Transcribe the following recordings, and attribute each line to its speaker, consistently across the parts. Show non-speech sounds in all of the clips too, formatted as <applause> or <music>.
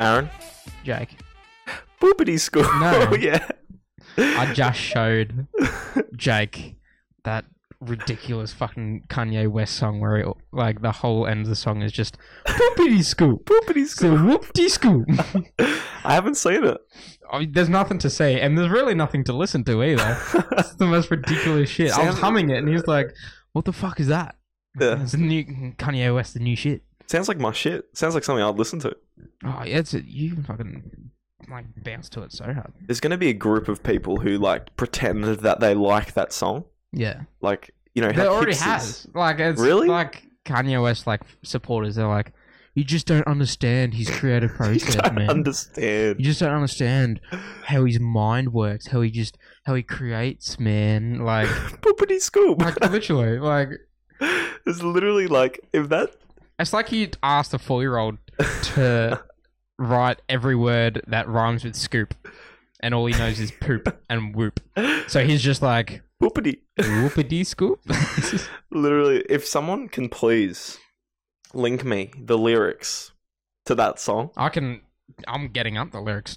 Speaker 1: Aaron?
Speaker 2: Jake.
Speaker 1: Boopity school. <laughs> Oh,
Speaker 2: No.
Speaker 1: yeah.
Speaker 2: I just showed Jake that ridiculous fucking Kanye West song where it, like the whole end of the song is just boopity scoop.
Speaker 1: Boopity
Speaker 2: So
Speaker 1: school.
Speaker 2: whoopty scoop.
Speaker 1: I haven't seen it.
Speaker 2: I mean, there's nothing to say, and there's really nothing to listen to either. It's the most ridiculous shit. I was
Speaker 1: Sounds-
Speaker 2: humming it, and he was like, "What the fuck is that?"
Speaker 1: Yeah.
Speaker 2: It's the new Kanye West, the new shit.
Speaker 1: Sounds like my shit. Sounds like something I'd listen to.
Speaker 2: Oh, yeah, it's you can fucking like bounce to it so hard.
Speaker 1: There's going to be a group of people who like pretend that they like that song.
Speaker 2: Yeah,
Speaker 1: Like, you know, how
Speaker 2: there already
Speaker 1: hipsters-
Speaker 2: has. Like, it's
Speaker 1: Really?
Speaker 2: like Kanye West like supporters. They're like, "You just don't understand his
Speaker 1: <laughs>
Speaker 2: creative
Speaker 1: <laughs> You
Speaker 2: process,
Speaker 1: don't
Speaker 2: man. You
Speaker 1: understand.
Speaker 2: just don't understand how his mind works, how he just how he creates, man.
Speaker 1: <laughs>
Speaker 2: Like,
Speaker 1: Boopity scoop.
Speaker 2: like literally, like."
Speaker 1: <laughs> It's literally like if that <laughs>
Speaker 2: It's like you asked a four year old
Speaker 1: <laughs>
Speaker 2: to write every word that rhymes with scoop, and all he knows is poop and whoop. So he's just like,
Speaker 1: boopity.
Speaker 2: whoopity scoop? <laughs>
Speaker 1: Literally, if someone can please link me the lyrics to that song, <laughs>
Speaker 2: I can. I'm getting up the lyrics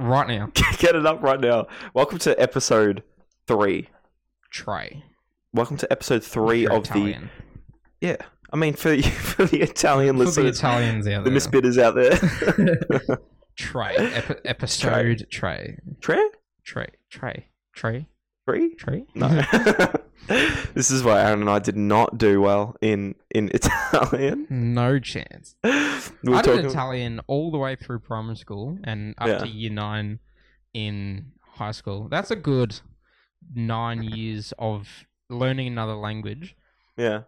Speaker 2: right now.
Speaker 1: get it up right now. Welcome to episode three.
Speaker 2: Try.
Speaker 1: Welcome to episode three of the
Speaker 2: Italian.
Speaker 1: yeah. I mean for <laughs> the, for the Italian
Speaker 2: For the
Speaker 1: listeners,
Speaker 2: Italians out
Speaker 1: the
Speaker 2: there.
Speaker 1: misbitters out there.
Speaker 2: <laughs> Try. Ep- episode. Try.
Speaker 1: Tre?
Speaker 2: Try. Try. Try.
Speaker 1: Three?
Speaker 2: Try.
Speaker 1: No. <laughs> this is why Aaron and I did not do well in in <laughs> Italian.
Speaker 2: <laughs> no chance.
Speaker 1: We We're
Speaker 2: I did
Speaker 1: talking.
Speaker 2: Italian all the way through primary school and up
Speaker 1: Yeah.
Speaker 2: to year nine in high school. That's a good nine years of learning another language,
Speaker 1: yeah,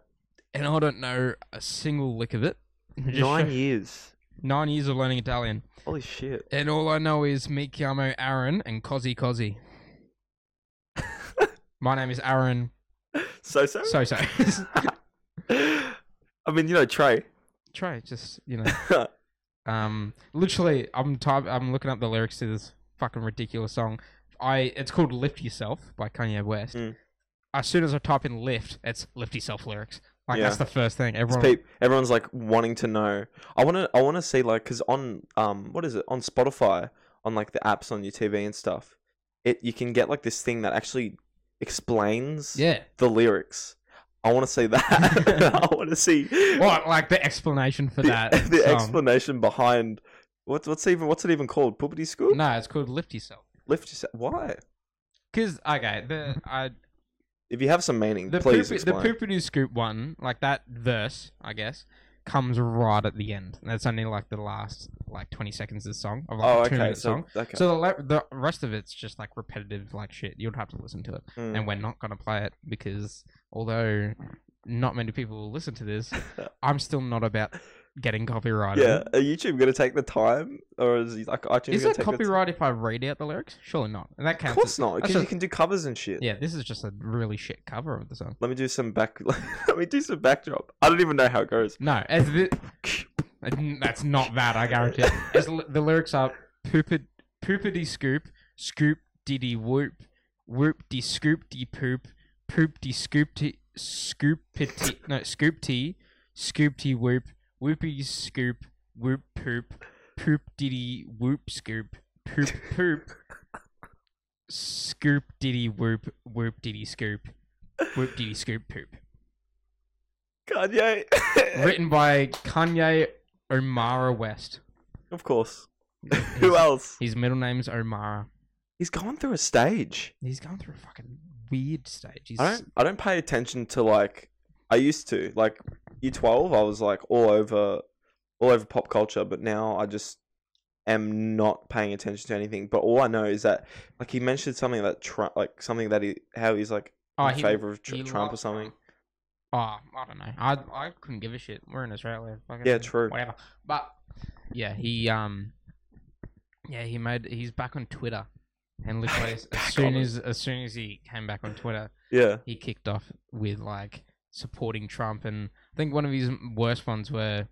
Speaker 2: and I don't know a single lick of it. It just
Speaker 1: nine
Speaker 2: shows-
Speaker 1: years.
Speaker 2: nine years of learning Italian,
Speaker 1: Holy shit.
Speaker 2: and all I know is mi chiamo Aaron and
Speaker 1: <laughs>
Speaker 2: Cosy Cosy. My name is Aaron.
Speaker 1: So so. <laughs>
Speaker 2: So <laughs> so.
Speaker 1: I mean, you know, Trey.
Speaker 2: Try it, just you know.
Speaker 1: <laughs>
Speaker 2: Um, literally, I'm type. I'm looking up the lyrics to this fucking ridiculous song. I it's called "Lift Yourself" by Kanye West.
Speaker 1: Mm.
Speaker 2: As soon as I type in "lift," it's "Lift Yourself" lyrics. Like
Speaker 1: Yeah.
Speaker 2: that's the first thing
Speaker 1: It's
Speaker 2: everyone.
Speaker 1: peop- everyone's like wanting to know. I want to. I want to see like because on um what is it on Spotify on like the apps on your TV and stuff. It you can get like this thing that actually explains
Speaker 2: Yeah.
Speaker 1: the lyrics. I want to see
Speaker 2: <laughs>
Speaker 1: that. <laughs> I want to see
Speaker 2: What like the
Speaker 1: <laughs>
Speaker 2: explanation for
Speaker 1: the, <laughs>
Speaker 2: that?
Speaker 1: the
Speaker 2: song.
Speaker 1: explanation behind what's what's even what's it even called? Puberty school?
Speaker 2: No, it's called "Lift Yourself."
Speaker 1: Lift yourself. Why?
Speaker 2: Cause okay,
Speaker 1: <laughs>
Speaker 2: the I
Speaker 1: If you have some meaning,
Speaker 2: the
Speaker 1: please
Speaker 2: poop, the
Speaker 1: explain.
Speaker 2: poopity scoop one like that verse I guess comes right at the end. That's only like the last like twenty seconds of the song of like
Speaker 1: oh,
Speaker 2: a two
Speaker 1: okay.
Speaker 2: minute song.
Speaker 1: So, okay.
Speaker 2: So the, le- the rest of it's just like repetitive, like shit. You'd have to listen to it,
Speaker 1: Mm.
Speaker 2: and we're not gonna play it because although not many people will listen
Speaker 1: <laughs>
Speaker 2: to this, I'm still not about getting copyrighted.
Speaker 1: yeah, are YouTube gonna take the time, or is he like iTunes?
Speaker 2: Is
Speaker 1: gonna
Speaker 2: it
Speaker 1: take the t-
Speaker 2: copyright if I read out the lyrics? Surely not. And that
Speaker 1: Of
Speaker 2: counts.
Speaker 1: course not,
Speaker 2: that's
Speaker 1: because
Speaker 2: a-
Speaker 1: you can do covers and shit.
Speaker 2: as- yeah, this is just a really shit cover of the song.
Speaker 1: Let me do some back. <laughs> Let me do some backdrop. I don't even know how it goes.
Speaker 2: No, as the, that's not that. I guarantee. it. As l- the lyrics are poopid poopity scoop scoop diddy whoop whoop de scoop de poop poop de scoop t scoop pity no scoop tea scoop tea whoop whoopy scoop whoop poop poop diddy whoop scoop poop poop scoop diddy whoop whoop diddy scoop whoop diddy scoop poop
Speaker 1: Kanye.
Speaker 2: written by Kanye Omara West.
Speaker 1: <laughs> of course.
Speaker 2: His-
Speaker 1: <laughs> Who else?
Speaker 2: His middle name's Omara.
Speaker 1: He's gone through a stage.
Speaker 2: He's going through a fucking weird stage. He's,
Speaker 1: I don't. I don't pay attention to like. I used to like year twelve. I was like all over, all over pop culture. But now I just am not paying attention to anything. But all I know is that like he mentioned something that Trump, like something that he how he's like
Speaker 2: Oh,
Speaker 1: in
Speaker 2: he-
Speaker 1: favor of tr-
Speaker 2: he
Speaker 1: Trump or
Speaker 2: loves
Speaker 1: something.
Speaker 2: Oh, I don't know. I I couldn't give a shit. We're in Australia. Fucking
Speaker 1: Yeah, true.
Speaker 2: Whatever. But yeah, he um, yeah, he made. He's back on Twitter,
Speaker 1: <laughs>
Speaker 2: and literally as, as
Speaker 1: Back
Speaker 2: soon
Speaker 1: on it.
Speaker 2: as as soon as he came back on Twitter,
Speaker 1: Yeah.
Speaker 2: he kicked off with like supporting Trump, and I think one of his worst ones were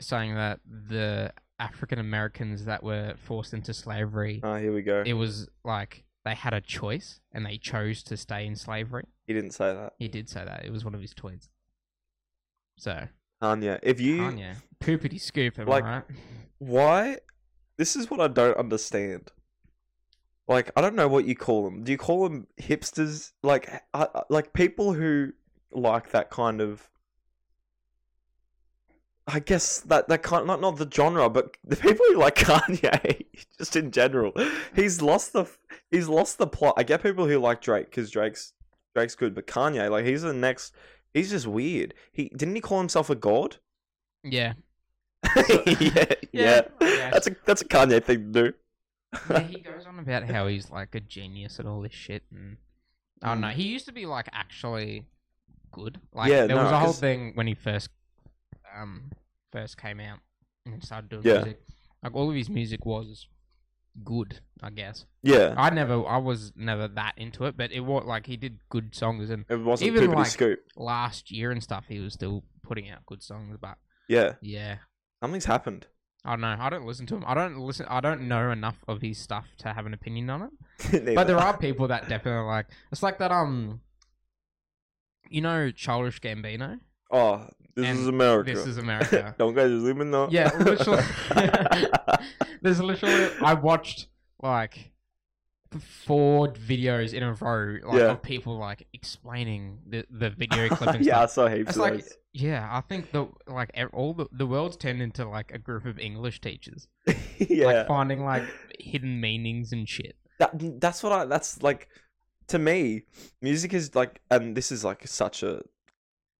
Speaker 2: saying that the African Americans that were forced into slavery,
Speaker 1: Ah, here we go.
Speaker 2: it was like they had a choice and they chose to stay in slavery.
Speaker 1: He didn't say that.
Speaker 2: He did say that. It was one of his tweets. So,
Speaker 1: Kanye, if you
Speaker 2: Kanye. Poopity scoop, am
Speaker 1: Like-
Speaker 2: I right? <laughs>
Speaker 1: why, this is what I don't understand. Like I don't know what you call them. Do you call them hipsters? Like I, I- like people who like that kind of. I guess that that kind not not the genre, but <laughs> the people who like Kanye just in general. He's lost the he's lost the plot. I get people who like Drake because Drake's Drake's good, but Kanye like he's the next. He's just weird. He didn't he call himself a god?
Speaker 2: Yeah.
Speaker 1: <laughs> yeah, yeah,
Speaker 2: Yeah, yeah.
Speaker 1: That's a that's a Kanye thing to do.
Speaker 2: yeah. He goes on about how he's like a genius at all this shit. And, I
Speaker 1: Mm.
Speaker 2: don't know. He used to be like actually good. Like
Speaker 1: Yeah,
Speaker 2: there was
Speaker 1: no,
Speaker 2: a whole
Speaker 1: 'cause-
Speaker 2: thing when he first um first came out and started doing
Speaker 1: Yeah.
Speaker 2: music. Like all of his music was good, I guess.
Speaker 1: Yeah,
Speaker 2: I never I was never that into it, but it was like he did good songs and
Speaker 1: it wasn't
Speaker 2: Oh, Even
Speaker 1: Poopity
Speaker 2: like-
Speaker 1: Scoop.
Speaker 2: last year and stuff he was still putting out good songs, but
Speaker 1: Yeah,
Speaker 2: yeah.
Speaker 1: something's happened. <laughs>
Speaker 2: I don't know. I don't listen to him. I don't listen. I don't know enough of his stuff to have an opinion on it.
Speaker 1: <laughs>
Speaker 2: But there are people that definitely like. It's like that. Um, you know, childish Gambino.
Speaker 1: oh, this
Speaker 2: and
Speaker 1: is America. <laughs>
Speaker 2: This is America.
Speaker 1: Don't go to Lumina.
Speaker 2: yeah, literally. there's literally. I watched like four videos in a row, like
Speaker 1: Yeah.
Speaker 2: of people like explaining the the video
Speaker 1: <laughs>
Speaker 2: clip
Speaker 1: <laughs>
Speaker 2: and
Speaker 1: yeah, I
Speaker 2: stuff.
Speaker 1: saw heaps
Speaker 2: It's
Speaker 1: of
Speaker 2: like, yeah, I think the like e- all the the world's turned into like a group of English teachers.
Speaker 1: those. <laughs> yeah,
Speaker 2: like finding like hidden meanings and shit.
Speaker 1: that, that's what I. That's like to me, music is like, and this is like such a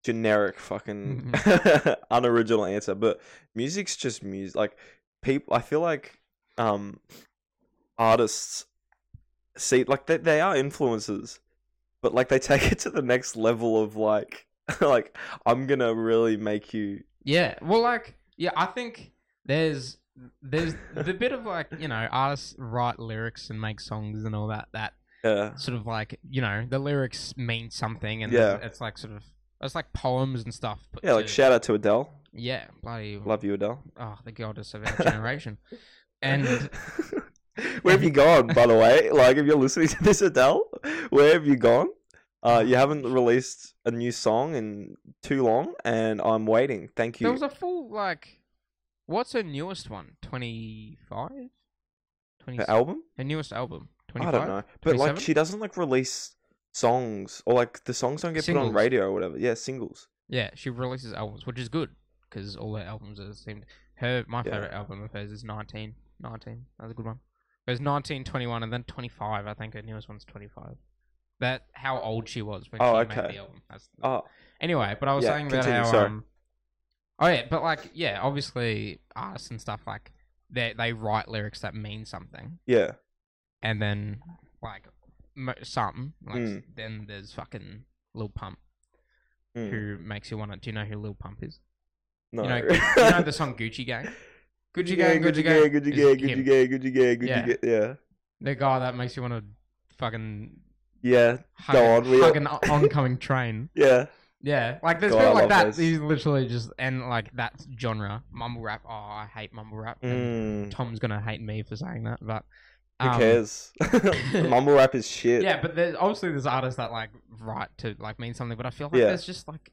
Speaker 1: generic fucking <laughs> unoriginal answer, but music's just music. Like people, I feel like um artists see like they they are influences, but like they <laughs> take it to the next level of like <laughs> like I'm gonna really make you
Speaker 2: Yeah, well, like yeah, I think there's there's the bit of like you know artists write lyrics and make songs and all that that
Speaker 1: yeah
Speaker 2: sort of like you know the lyrics mean something and
Speaker 1: Yeah.
Speaker 2: it's like sort of it's like poems and stuff. But
Speaker 1: yeah like shout out to Adele,
Speaker 2: yeah, bloody
Speaker 1: love you Adele.
Speaker 2: oh the goddess of our
Speaker 1: <laughs>
Speaker 2: generation, and
Speaker 1: where have you gone, by the way? <laughs> Like, if you're listening to this, Adele, where have you gone? Uh, you haven't released a new song in too long, and I'm waiting. Thank
Speaker 2: there
Speaker 1: you.
Speaker 2: was a full like what's her newest one 25? 20,
Speaker 1: Her album?
Speaker 2: her newest album twenty
Speaker 1: I
Speaker 2: five.
Speaker 1: don't know, but like,
Speaker 2: 27?
Speaker 1: she doesn't like release songs, or like the songs don't get put on
Speaker 2: Singles.
Speaker 1: radio or whatever. Yeah, singles.
Speaker 2: Yeah, she releases albums, which is good because all her albums are seem her my
Speaker 1: Yeah.
Speaker 2: favorite album of hers is 19, 19. That's a good one. There's 19, 21, and then 25. I think her newest one's 25. That how old she was when
Speaker 1: Oh,
Speaker 2: she made
Speaker 1: okay.
Speaker 2: the album. That's the,
Speaker 1: Oh,
Speaker 2: anyway, but I was
Speaker 1: yeah,
Speaker 2: saying about
Speaker 1: continue,
Speaker 2: how
Speaker 1: sorry.
Speaker 2: um, oh yeah, but like yeah, obviously artists and stuff like they they write lyrics that mean something,
Speaker 1: yeah,
Speaker 2: and then like mo- something like
Speaker 1: Mm.
Speaker 2: then there's fucking Lil Pump
Speaker 1: Mm,
Speaker 2: who makes you want to. Do you know who Lil Pump is?
Speaker 1: no.
Speaker 2: You
Speaker 1: <laughs>
Speaker 2: know, you know the song Gucci Gang? Gucci Gang, Gucci Gang,
Speaker 1: Gucci
Speaker 2: is
Speaker 1: Gang,
Speaker 2: him.
Speaker 1: Gucci Gang, Gucci Gang, Gucci
Speaker 2: Yeah.
Speaker 1: Gang. Yeah,
Speaker 2: The guy that makes you want to fucking
Speaker 1: yeah,
Speaker 2: hug,
Speaker 1: Go on, we- <laughs>
Speaker 2: hug an o- oncoming train.
Speaker 1: yeah.
Speaker 2: Yeah, like there's
Speaker 1: God, I
Speaker 2: people
Speaker 1: love
Speaker 2: like that.
Speaker 1: those.
Speaker 2: He's literally just and like that genre mumble rap. Oh, I hate mumble rap. and
Speaker 1: Mm,
Speaker 2: Tom's gonna hate me for saying that, but
Speaker 1: who
Speaker 2: um, <laughs>
Speaker 1: cares? <laughs> Mumble rap is shit.
Speaker 2: Yeah, but there's obviously there's artists that like write to like mean something, but I feel like
Speaker 1: Yeah.
Speaker 2: there's just like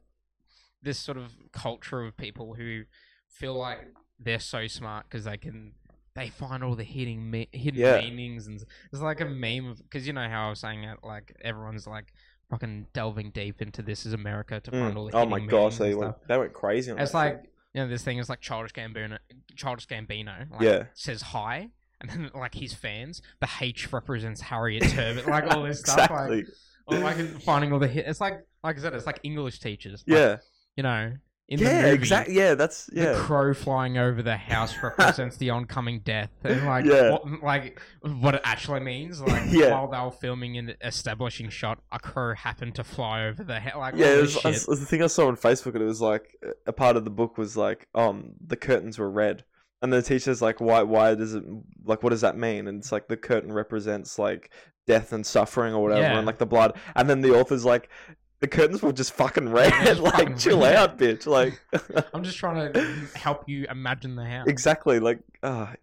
Speaker 2: this sort of culture of people who feel like they're so smart because they can they find all the hidden me- hidden
Speaker 1: Yeah.
Speaker 2: meanings and it's like a meme of because you know how I was saying it like everyone's like fucking delving deep into this is America to find all
Speaker 1: Mm.
Speaker 2: the
Speaker 1: Oh
Speaker 2: hidden
Speaker 1: my
Speaker 2: meanings
Speaker 1: gosh, they
Speaker 2: and
Speaker 1: went
Speaker 2: stuff.
Speaker 1: they went crazy. On
Speaker 2: It's
Speaker 1: that
Speaker 2: like
Speaker 1: thing.
Speaker 2: you know this thing is like childish Gambino, childish Gambino. Like,
Speaker 1: Yeah.
Speaker 2: says hi, and then like his fans, the H represents Harriet
Speaker 1: <laughs>
Speaker 2: Tubman, like all this stuff, like or like finding all the hit. It's like like I said, it's like English teachers. like,
Speaker 1: yeah,
Speaker 2: you know, in the
Speaker 1: yeah,
Speaker 2: movie,
Speaker 1: exactly. Yeah, that's
Speaker 2: The
Speaker 1: yeah,
Speaker 2: crow flying over the
Speaker 1: <laughs>
Speaker 2: house represents the oncoming death, and like,
Speaker 1: Yeah.
Speaker 2: what, like what it actually means. Like,
Speaker 1: <laughs> Yeah.
Speaker 2: while they were filming an establishing shot, a crow happened to fly over the house. Like,
Speaker 1: yeah.
Speaker 2: all
Speaker 1: It
Speaker 2: this
Speaker 1: was, I
Speaker 2: shit.
Speaker 1: s- it was the thing I saw on Facebook, and it was like a part of the book was like, um, the curtains were red, and the teacher's like, why, why does it, like, what does that mean? And it's like the curtain represents like death and suffering or whatever,
Speaker 2: Yeah.
Speaker 1: and like the blood, and then the author's like. The curtains were just fucking red. <laughs>
Speaker 2: just
Speaker 1: like,
Speaker 2: fucking
Speaker 1: chill
Speaker 2: red.
Speaker 1: out, bitch. Like,
Speaker 2: I'm just trying to help you imagine the
Speaker 1: <laughs>
Speaker 2: house.
Speaker 1: exactly like uh,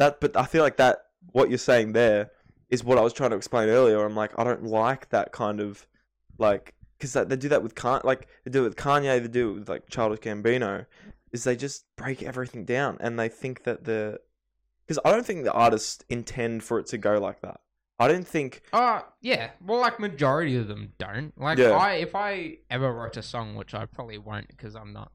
Speaker 1: that but i feel like that what you're saying there is what i was trying to explain earlier i'm like i don't like that kind of like because they do that with Kan like they do it with Kanye, they do it with like Childish Gambino, is they just break everything down and they think that the because I don't think the artists intend for it to go like that. I don't think
Speaker 2: Uh yeah. Well, like majority of them don't. Like
Speaker 1: Yeah.
Speaker 2: I, if I ever wrote a song, which I probably won't, because I'm not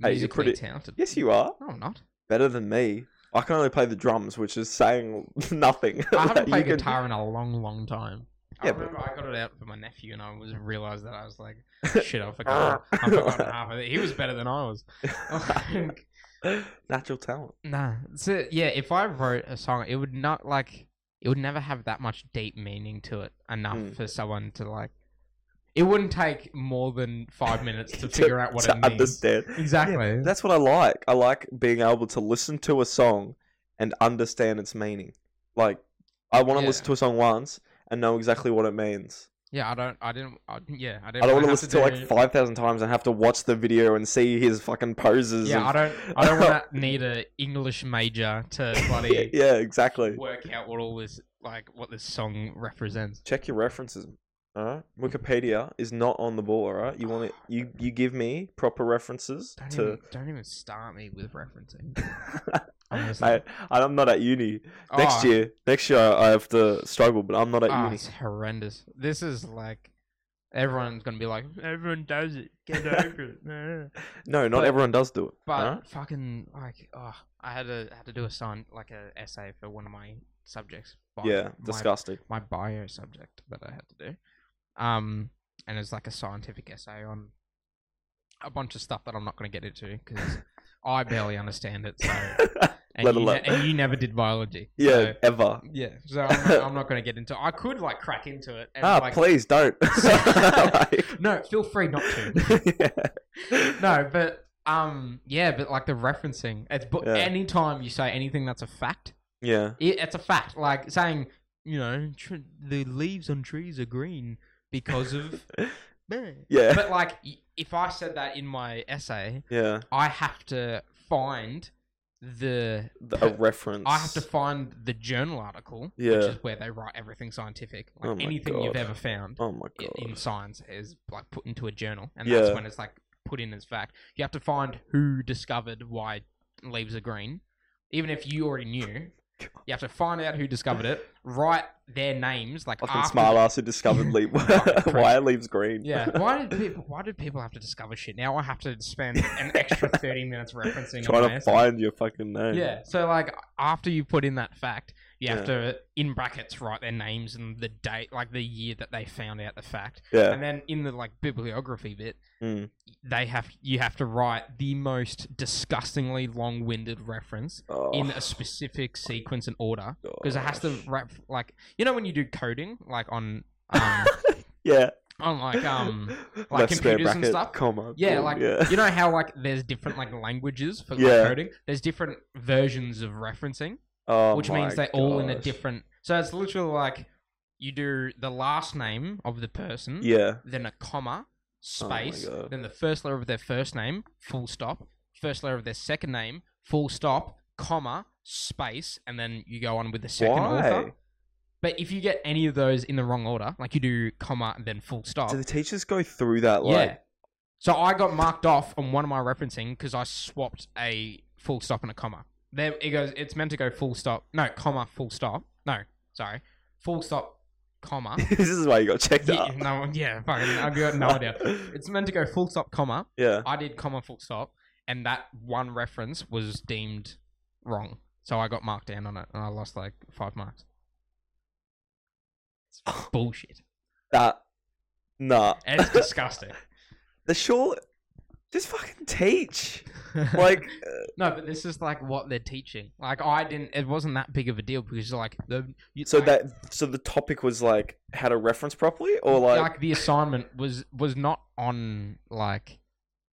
Speaker 1: Hey, you're
Speaker 2: musically
Speaker 1: pretty-
Speaker 2: talented.
Speaker 1: yes you are
Speaker 2: No, I'm not.
Speaker 1: <laughs> better than me. I can only play the drums, which is saying <laughs> nothing.
Speaker 2: I haven't
Speaker 1: Like,
Speaker 2: played
Speaker 1: you can-
Speaker 2: guitar in a long, long time. I
Speaker 1: Yeah, but-
Speaker 2: remember I got it out for my nephew, and I was realized that I
Speaker 1: <laughs>
Speaker 2: was like, "Shit, I forgot. I forgot half of it. He was better than I was."
Speaker 1: <laughs>
Speaker 2: <laughs> Like,
Speaker 1: Natural talent.
Speaker 2: nah. So yeah, if I wrote a song, it would not like it would never have that much deep meaning to it enough
Speaker 1: Mm.
Speaker 2: for someone to like. It wouldn't take more than five minutes
Speaker 1: <laughs> To-
Speaker 2: to figure out what
Speaker 1: to
Speaker 2: it means.
Speaker 1: understand.
Speaker 2: Exactly.
Speaker 1: That's what I like. I like being able to listen to a song and understand its meaning. Like, I want to
Speaker 2: Yeah.
Speaker 1: listen to a song once and know exactly what it means.
Speaker 2: yeah, I don't. I didn't. I, yeah, I didn't.
Speaker 1: I don't want to
Speaker 2: have
Speaker 1: listen to
Speaker 2: do-
Speaker 1: like 5,000 times and have to watch the video and see his fucking poses.
Speaker 2: Yeah, I
Speaker 1: and-
Speaker 2: don't. I don't want to need a English major to bloody
Speaker 1: <laughs> yeah, exactly.
Speaker 2: work out what all this like what this song represents.
Speaker 1: Check your references. All right, Wikipedia is not on the ball. All right, you want it? You you give me proper references
Speaker 2: Don't
Speaker 1: to.
Speaker 2: even, don't even start me with referencing.
Speaker 1: <laughs>
Speaker 2: Honestly.
Speaker 1: Mate, I'm not at uni. Next
Speaker 2: Oh,
Speaker 1: year, next year I have to struggle, but I'm not at
Speaker 2: oh,
Speaker 1: uni.
Speaker 2: it's horrendous. This is like everyone's gonna be like, everyone does it.
Speaker 1: <laughs>
Speaker 2: Get over it. Eh.
Speaker 1: No, not
Speaker 2: but-
Speaker 1: everyone does do it.
Speaker 2: But
Speaker 1: alright?
Speaker 2: fucking like, oh, I had to had to do a sign like a essay for one of my subjects. Bio-
Speaker 1: yeah,
Speaker 2: my- <laughs>
Speaker 1: disgusting. <laughs>
Speaker 2: my bio subject that I had to do. Um, and it's like a scientific essay on a bunch of stuff that I'm not going to get into because I barely understand
Speaker 1: <laughs>
Speaker 2: it. So, and,
Speaker 1: Let
Speaker 2: you
Speaker 1: alone-
Speaker 2: ne- and you never did biology.
Speaker 1: Yeah,
Speaker 2: so-
Speaker 1: ever.
Speaker 2: yeah. So I'm not, I'm not going to get into. I could like crack into it. And,
Speaker 1: Ah,
Speaker 2: like,
Speaker 1: please
Speaker 2: <laughs>
Speaker 1: don't. <laughs> Like-
Speaker 2: No, feel free not to.
Speaker 1: Yeah.
Speaker 2: No, but um, yeah, but like the referencing. It's but
Speaker 1: Yeah.
Speaker 2: anytime you say anything that's a fact,
Speaker 1: <laughs> Yeah.
Speaker 2: it, it's a fact. Like saying, you know, tr- the leaves on trees are green
Speaker 1: <laughs>
Speaker 2: because of. but
Speaker 1: Yeah.
Speaker 2: like, y- if I said that in my essay,
Speaker 1: yeah.
Speaker 2: I have to find the.
Speaker 1: The,
Speaker 2: <laughs>
Speaker 1: a reference.
Speaker 2: I have to find the journal article, which
Speaker 1: Yeah.
Speaker 2: is where they write everything scientific, like
Speaker 1: Oh my
Speaker 2: anything you've
Speaker 1: God.
Speaker 2: ever found
Speaker 1: Oh my
Speaker 2: i-
Speaker 1: god.
Speaker 2: in science is like put into a journal, and that's
Speaker 1: Yeah.
Speaker 2: when it's like put in as fact. You have to find who discovered why leaves are green, even if you already knew. You have to find out who discovered it, write their names, like
Speaker 1: Fucking
Speaker 2: after-
Speaker 1: smart ass who
Speaker 2: <laughs>
Speaker 1: discovered leaf. <laughs>
Speaker 2: Fucking prick.
Speaker 1: why leaves green. <laughs>
Speaker 2: Yeah, why did people? Why did people have to discover shit? Now I have to spend an
Speaker 1: <laughs>
Speaker 2: extra thirty minutes referencing. on
Speaker 1: Trying
Speaker 2: my
Speaker 1: to
Speaker 2: essay.
Speaker 1: find your fucking name.
Speaker 2: Yeah, so like after you put in that fact, you have
Speaker 1: Yeah.
Speaker 2: to in brackets write their names and the date, like the year that they found out the fact.
Speaker 1: Yeah.
Speaker 2: and then in the like bibliography
Speaker 1: <laughs>
Speaker 2: bit
Speaker 1: Mm.
Speaker 2: they have you have to write the most disgustingly long-winded reference
Speaker 1: Oh,
Speaker 2: in a specific sequence and order because it has to
Speaker 1: gosh.
Speaker 2: wrap like you know when you do coding like
Speaker 1: <laughs>
Speaker 2: on um,
Speaker 1: yeah.
Speaker 2: on
Speaker 1: <laughs>
Speaker 2: like um
Speaker 1: Left
Speaker 2: like
Speaker 1: square
Speaker 2: computers and
Speaker 1: bracket,
Speaker 2: stuff?
Speaker 1: Comma.
Speaker 2: yeah
Speaker 1: boom,
Speaker 2: like
Speaker 1: Oh, yeah. <laughs>
Speaker 2: you know how like there's different like languages for like,
Speaker 1: Yeah.
Speaker 2: coding there's different versions of referencing
Speaker 1: Oh
Speaker 2: which means
Speaker 1: my
Speaker 2: they're all in a
Speaker 1: gosh.
Speaker 2: different so it's literally like you do the last name of the person
Speaker 1: Yeah.
Speaker 2: then a comma,
Speaker 1: Oh my
Speaker 2: space,
Speaker 1: God.
Speaker 2: then the first letter of their first name, full stop, first letter of their second name, full stop, comma, space, and then you go on with the second
Speaker 1: Why?
Speaker 2: author. But if you get any of those in the wrong order, like you do comma and then full stop,
Speaker 1: Do the teachers go through that? Like,
Speaker 2: yeah. So I got marked off on one of my referencing because I swapped a full stop and a comma. There it goes. It's meant to go full stop. No, comma, full stop. No, sorry, full stop, comma.
Speaker 1: <laughs> this is why you got checked
Speaker 2: yeah,
Speaker 1: up.
Speaker 2: no, yeah, fucking, I've got no idea. It's meant to go full stop, comma.
Speaker 1: <laughs> Yeah.
Speaker 2: I did comma, full stop, and that one reference was deemed wrong. So I got marked down on it, and I lost like five marks.
Speaker 1: <laughs>
Speaker 2: It's bullshit.
Speaker 1: That. Nah.
Speaker 2: It's disgusting.
Speaker 1: The short. Just fucking
Speaker 2: <laughs>
Speaker 1: teach. <laughs> Like, uh,
Speaker 2: no, but this is like what they're teaching. Like I didn't. It wasn't that big of a deal because like the you,
Speaker 1: so
Speaker 2: like,
Speaker 1: that so the topic was like how to reference properly, or like,
Speaker 2: like the assignment was was not on like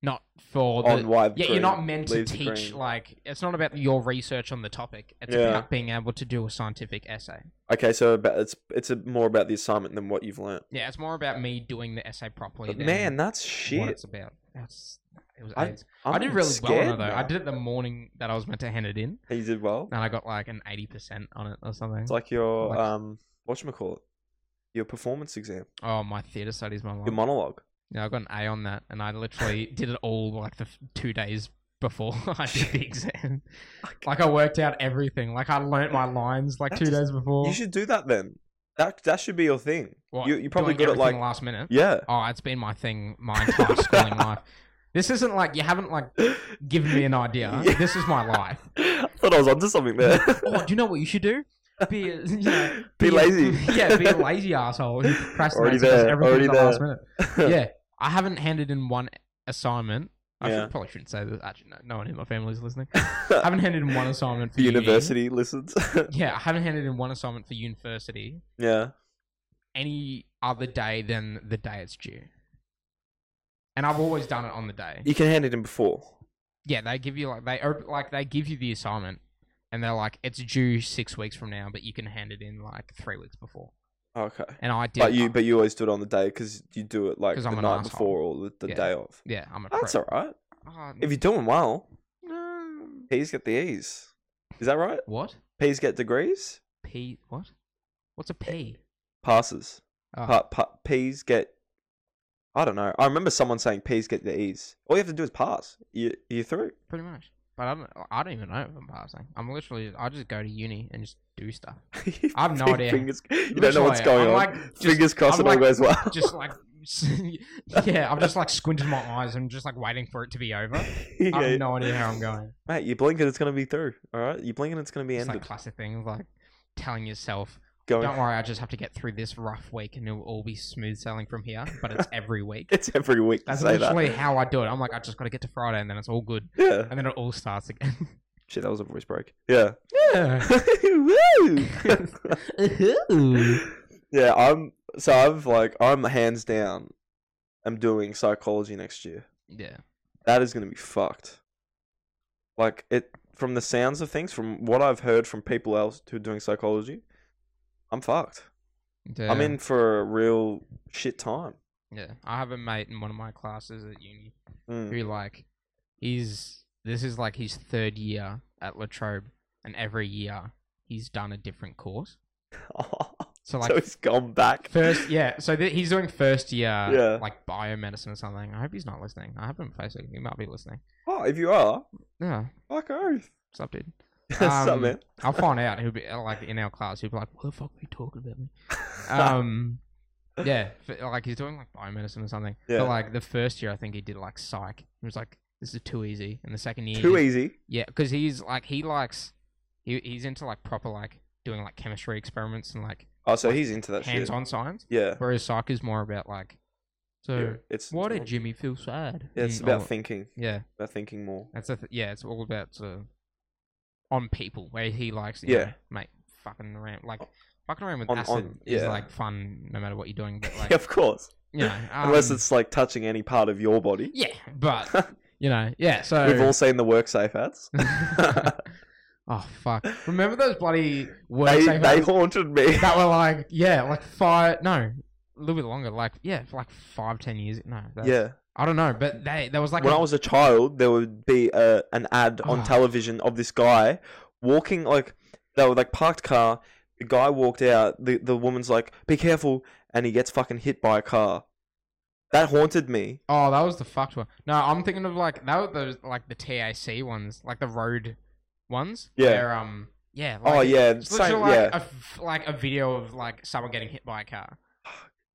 Speaker 2: not for the
Speaker 1: on why.
Speaker 2: Yeah, you're
Speaker 1: green
Speaker 2: not meant to
Speaker 1: leaves are
Speaker 2: teach
Speaker 1: green.
Speaker 2: like it's not about your research on the topic. It's
Speaker 1: Yeah.
Speaker 2: about being able to do a scientific essay.
Speaker 1: Okay, so about, it's it's a, more about the assignment than what you've learnt.
Speaker 2: Yeah, it's more about me doing the essay properly.
Speaker 1: But
Speaker 2: than
Speaker 1: man, that's
Speaker 2: Oh, what
Speaker 1: shit.
Speaker 2: it's about. That's it was
Speaker 1: I-
Speaker 2: AIDS.
Speaker 1: I'm
Speaker 2: I did really
Speaker 1: scared
Speaker 2: well on it though.
Speaker 1: now.
Speaker 2: I did it the morning that I was meant to hand it in,
Speaker 1: He did well.
Speaker 2: and I got like an eighty percent on it or something.
Speaker 1: It's like your
Speaker 2: Like-
Speaker 1: um, whatchamacallit? Your performance exam.
Speaker 2: Oh, my theatre studies, my
Speaker 1: Your
Speaker 2: mom.
Speaker 1: monologue.
Speaker 2: Yeah, I got an A on that, and
Speaker 1: <laughs>
Speaker 2: I literally did it all like the f- two days before <laughs> I
Speaker 1: <laughs>
Speaker 2: did the exam. Like I worked out everything. Like I learnt my lines like
Speaker 1: That
Speaker 2: two
Speaker 1: just-
Speaker 2: days before.
Speaker 1: You should do that then. That that should be your thing.
Speaker 2: What,
Speaker 1: you you probably
Speaker 2: doing
Speaker 1: got it
Speaker 2: everything
Speaker 1: like
Speaker 2: last minute.
Speaker 1: yeah. <laughs>
Speaker 2: Oh, it's been my thing my entire schooling life. This isn't like you haven't like given me an idea.
Speaker 1: <laughs> Yeah.
Speaker 2: This is my life.
Speaker 1: I thought I was onto something there.
Speaker 2: Oh, do you know what you should do? Be a, you know,
Speaker 1: <laughs> be
Speaker 2: a-
Speaker 1: lazy.
Speaker 2: <laughs> yeah,
Speaker 1: <laughs>
Speaker 2: be a lazy asshole who procrastinates
Speaker 1: Already
Speaker 2: and does
Speaker 1: there,
Speaker 2: everything
Speaker 1: already
Speaker 2: at the last
Speaker 1: there.
Speaker 2: minute.
Speaker 1: <laughs>
Speaker 2: Yeah, I haven't handed in one assignment. I
Speaker 1: Yeah.
Speaker 2: should, probably shouldn't say this. Actually, no, no one in my family
Speaker 1: <laughs>
Speaker 2: is listening. I haven't handed in one assignment for
Speaker 1: The <laughs>
Speaker 2: uni.
Speaker 1: university listens. <laughs>
Speaker 2: Yeah, I haven't handed in one assignment for university
Speaker 1: yeah.
Speaker 2: any other day than the day it's due. And I've always done it on the day.
Speaker 1: You can hand it in before.
Speaker 2: Yeah, they give you like they op- like they give you the assignment, and they're like it's due six weeks from now, but you can hand it in like three weeks before.
Speaker 1: Okay.
Speaker 2: And I did.
Speaker 1: But you but you always do it on the day because you do it like
Speaker 2: 'Cause
Speaker 1: the
Speaker 2: I'm
Speaker 1: night
Speaker 2: an asshole.
Speaker 1: before or the, the
Speaker 2: Yeah.
Speaker 1: day of.
Speaker 2: yeah, I'm a pro.
Speaker 1: That's all right.
Speaker 2: Oh,
Speaker 1: If you're doing well,
Speaker 2: no.
Speaker 1: P's get the E's. Is that right?
Speaker 2: What?
Speaker 1: P's get degrees,
Speaker 2: P? What? What's a P?
Speaker 1: passes.
Speaker 2: Oh.
Speaker 1: Pa- pa- P's get. I don't know. I remember someone saying P's get the E's. All you have to do is pass. You you through.
Speaker 2: Pretty much. But I don't. I don't even know if I'm passing. I'm literally. I just go to uni and just do stuff.
Speaker 1: <laughs>
Speaker 2: I have no
Speaker 1: Big
Speaker 2: idea.
Speaker 1: Fingers, you don't know what's
Speaker 2: Literally,
Speaker 1: going
Speaker 2: I'm
Speaker 1: on.
Speaker 2: like, just-
Speaker 1: fingers crossed
Speaker 2: I'm
Speaker 1: it all
Speaker 2: like-
Speaker 1: goes well.
Speaker 2: Just like. <laughs> yeah, I've just like squinted my eyes and just like waiting for it to be over. I
Speaker 1: <laughs> Yeah.
Speaker 2: have no idea how I'm going.
Speaker 1: Mate, you blink and it's gonna be through. All right, you blink and it's gonna be
Speaker 2: It's
Speaker 1: ended.
Speaker 2: like classic thing, like telling yourself,
Speaker 1: going.
Speaker 2: "Don't worry, I just have to get through this rough week and it'll all be smooth sailing from here." But it's
Speaker 1: <laughs>
Speaker 2: every week.
Speaker 1: <laughs> It's every week to
Speaker 2: That's
Speaker 1: say that.
Speaker 2: literally how I do it. I'm like, I just got to get to Friday and then it's all good,
Speaker 1: Yeah.
Speaker 2: and then it all starts again.
Speaker 1: Shit, that was a voice break. Yeah. <laughs>
Speaker 2: Yeah.
Speaker 1: Woo! <laughs>
Speaker 2: Ooh.
Speaker 1: yeah, I'm. So I've like I'm hands down. I'm doing psychology next year.
Speaker 2: <laughs> Yeah.
Speaker 1: That is gonna be fucked. Like it from the sounds of things, from what I've heard from people else who are doing psychology, I'm fucked.
Speaker 2: yeah.
Speaker 1: I'm in for a real shit time.
Speaker 2: Yeah. I have a mate in one of my classes at uni
Speaker 1: Mm. <laughs>
Speaker 2: who like he's this is like his third year at La Trobe and every year he's done a different course. So like
Speaker 1: so it's gone back.
Speaker 2: <laughs> first yeah, so th- he's doing first year
Speaker 1: Yeah.
Speaker 2: like biomedicine or something. I hope he's not listening. I have him on Facebook. He might be listening.
Speaker 1: Oh, if you are,
Speaker 2: Yeah.
Speaker 1: fuck oath. <laughs>
Speaker 2: What's up, dude?
Speaker 1: That's
Speaker 2: Um,
Speaker 1: up, man.
Speaker 2: I'll find out. He'll be uh, like in our class. He'll be like, "What the fuck are you talking about?" Me?
Speaker 1: <laughs>
Speaker 2: um yeah f- like he's doing like biomedicine or something
Speaker 1: Yeah.
Speaker 2: but like the first year i think he did like psych it was like this is too easy and the second
Speaker 1: <laughs>
Speaker 2: year
Speaker 1: Too
Speaker 2: he-
Speaker 1: easy.
Speaker 2: yeah because he's like he likes he, he's into like proper like doing like chemistry experiments and like
Speaker 1: Oh, so he's into that shit.
Speaker 2: hands-on science
Speaker 1: Yeah.
Speaker 2: whereas psych is more about like so
Speaker 1: yeah. It's
Speaker 2: why did
Speaker 1: it's-
Speaker 2: jimmy feel sad
Speaker 1: Yeah, it's
Speaker 2: Mm,
Speaker 1: about
Speaker 2: all-
Speaker 1: thinking.
Speaker 2: yeah
Speaker 1: About thinking more. <laughs>
Speaker 2: that's the th- yeah it's all about uh, on people where he likes
Speaker 1: Yeah.
Speaker 2: yeah mate fucking around like fucking around with
Speaker 1: On-
Speaker 2: acid
Speaker 1: on-
Speaker 2: is
Speaker 1: yeah.
Speaker 2: like fun no matter what you're
Speaker 1: <laughs>
Speaker 2: doing but like
Speaker 1: yeah, of course.
Speaker 2: you know,
Speaker 1: <laughs> Unless
Speaker 2: um,
Speaker 1: it's like touching any part of your body.
Speaker 2: yeah,
Speaker 1: <laughs>
Speaker 2: but you know, yeah. So
Speaker 1: We've all seen the work safe ads.
Speaker 2: <laughs>
Speaker 1: <laughs>
Speaker 2: oh fuck! Remember those bloody words
Speaker 1: They,
Speaker 2: they,
Speaker 1: they haunted me.
Speaker 2: <laughs> that were like yeah, like five no, a little bit longer, like yeah, for like five ten years. No,
Speaker 1: <laughs>
Speaker 2: that's,
Speaker 1: Yeah.
Speaker 2: I don't know, but they there was like
Speaker 1: When
Speaker 2: a-
Speaker 1: I was a child, there would be a, an ad on
Speaker 2: Ah.
Speaker 1: television of this guy walking like they were like parked car. The guy walked out. The the woman's like, "Be careful!" and he gets fucking hit by a car. That haunted me.
Speaker 2: oh that was the fucked one. No, I'm thinking of like that was those like the TAC ones, like the road ones.
Speaker 1: Yeah.
Speaker 2: where, um yeah. Like,
Speaker 1: oh yeah,
Speaker 2: It's
Speaker 1: same,
Speaker 2: literally like, um,
Speaker 1: yeah.
Speaker 2: a f like a video of like someone getting hit by a car.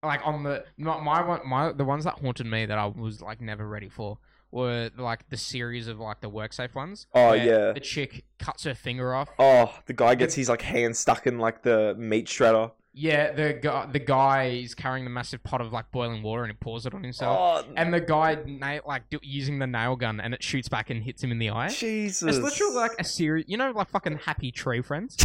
Speaker 2: Like on the my my one my the ones that haunted me that I was like never ready for were like the series of like the worksafe ones.
Speaker 1: Oh,
Speaker 2: where
Speaker 1: yeah.
Speaker 2: the chick cuts her finger off.
Speaker 1: Oh, the guy gets his like hand stuck in like the meat shredder.
Speaker 2: Yeah, the guy the guy is carrying the massive pot of like boiling water and he pours it on himself.
Speaker 1: Oh,
Speaker 2: And the guy nail like do, using the nail gun and it shoots back and hits him in the eye.
Speaker 1: Jesus!
Speaker 2: It's
Speaker 1: <laughs>
Speaker 2: literally like a series, you know, like fucking Happy Tree Friends.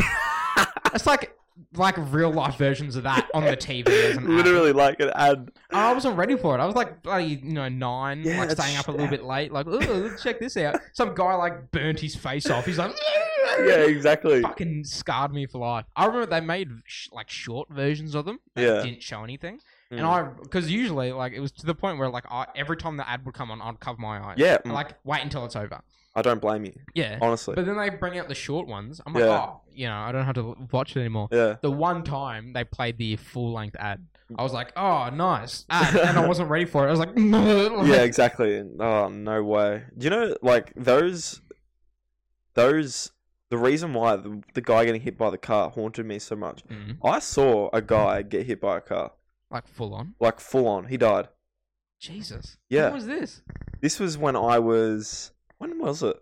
Speaker 2: it's like like real life versions of that
Speaker 1: <laughs>
Speaker 2: on the TV. As an ad.
Speaker 1: literally like an ad.
Speaker 2: And I wasn't ready for it. I was like bloody, you know, nine,
Speaker 1: Yeah,
Speaker 2: like
Speaker 1: it's-
Speaker 2: staying up a little bit late. Like, ooh, check this out. Some guy like burnt his face off. He's like,
Speaker 1: <laughs> Yeah, exactly.
Speaker 2: fucking scarred me for life. I remember they made sh- like short versions of them. That
Speaker 1: Yeah.
Speaker 2: didn't show anything. And
Speaker 1: Mm.
Speaker 2: I, because usually like it was to the point where like I, every time the ad would come on, I'd cover my eyes.
Speaker 1: yeah,
Speaker 2: And,
Speaker 1: mm,
Speaker 2: Like wait until it's over.
Speaker 1: I don't blame you,
Speaker 2: Yeah.
Speaker 1: honestly.
Speaker 2: But then they bring out the short ones. I'm like,
Speaker 1: Yeah.
Speaker 2: oh, you know, I don't have to watch it anymore.
Speaker 1: yeah.
Speaker 2: The one time they played the full length ad, I was like, oh, nice. Ad. And I wasn't ready for it. I was like, <laughs>
Speaker 1: yeah, exactly. And- Oh no way. Do you know like those, those the reason why the, the guy getting hit by the car haunted me so much.
Speaker 2: Mm,
Speaker 1: I saw a guy get hit by a car,
Speaker 2: like full on.
Speaker 1: like full on. He died.
Speaker 2: Jesus.
Speaker 1: Yeah.
Speaker 2: What was this?
Speaker 1: This was when I was when was it?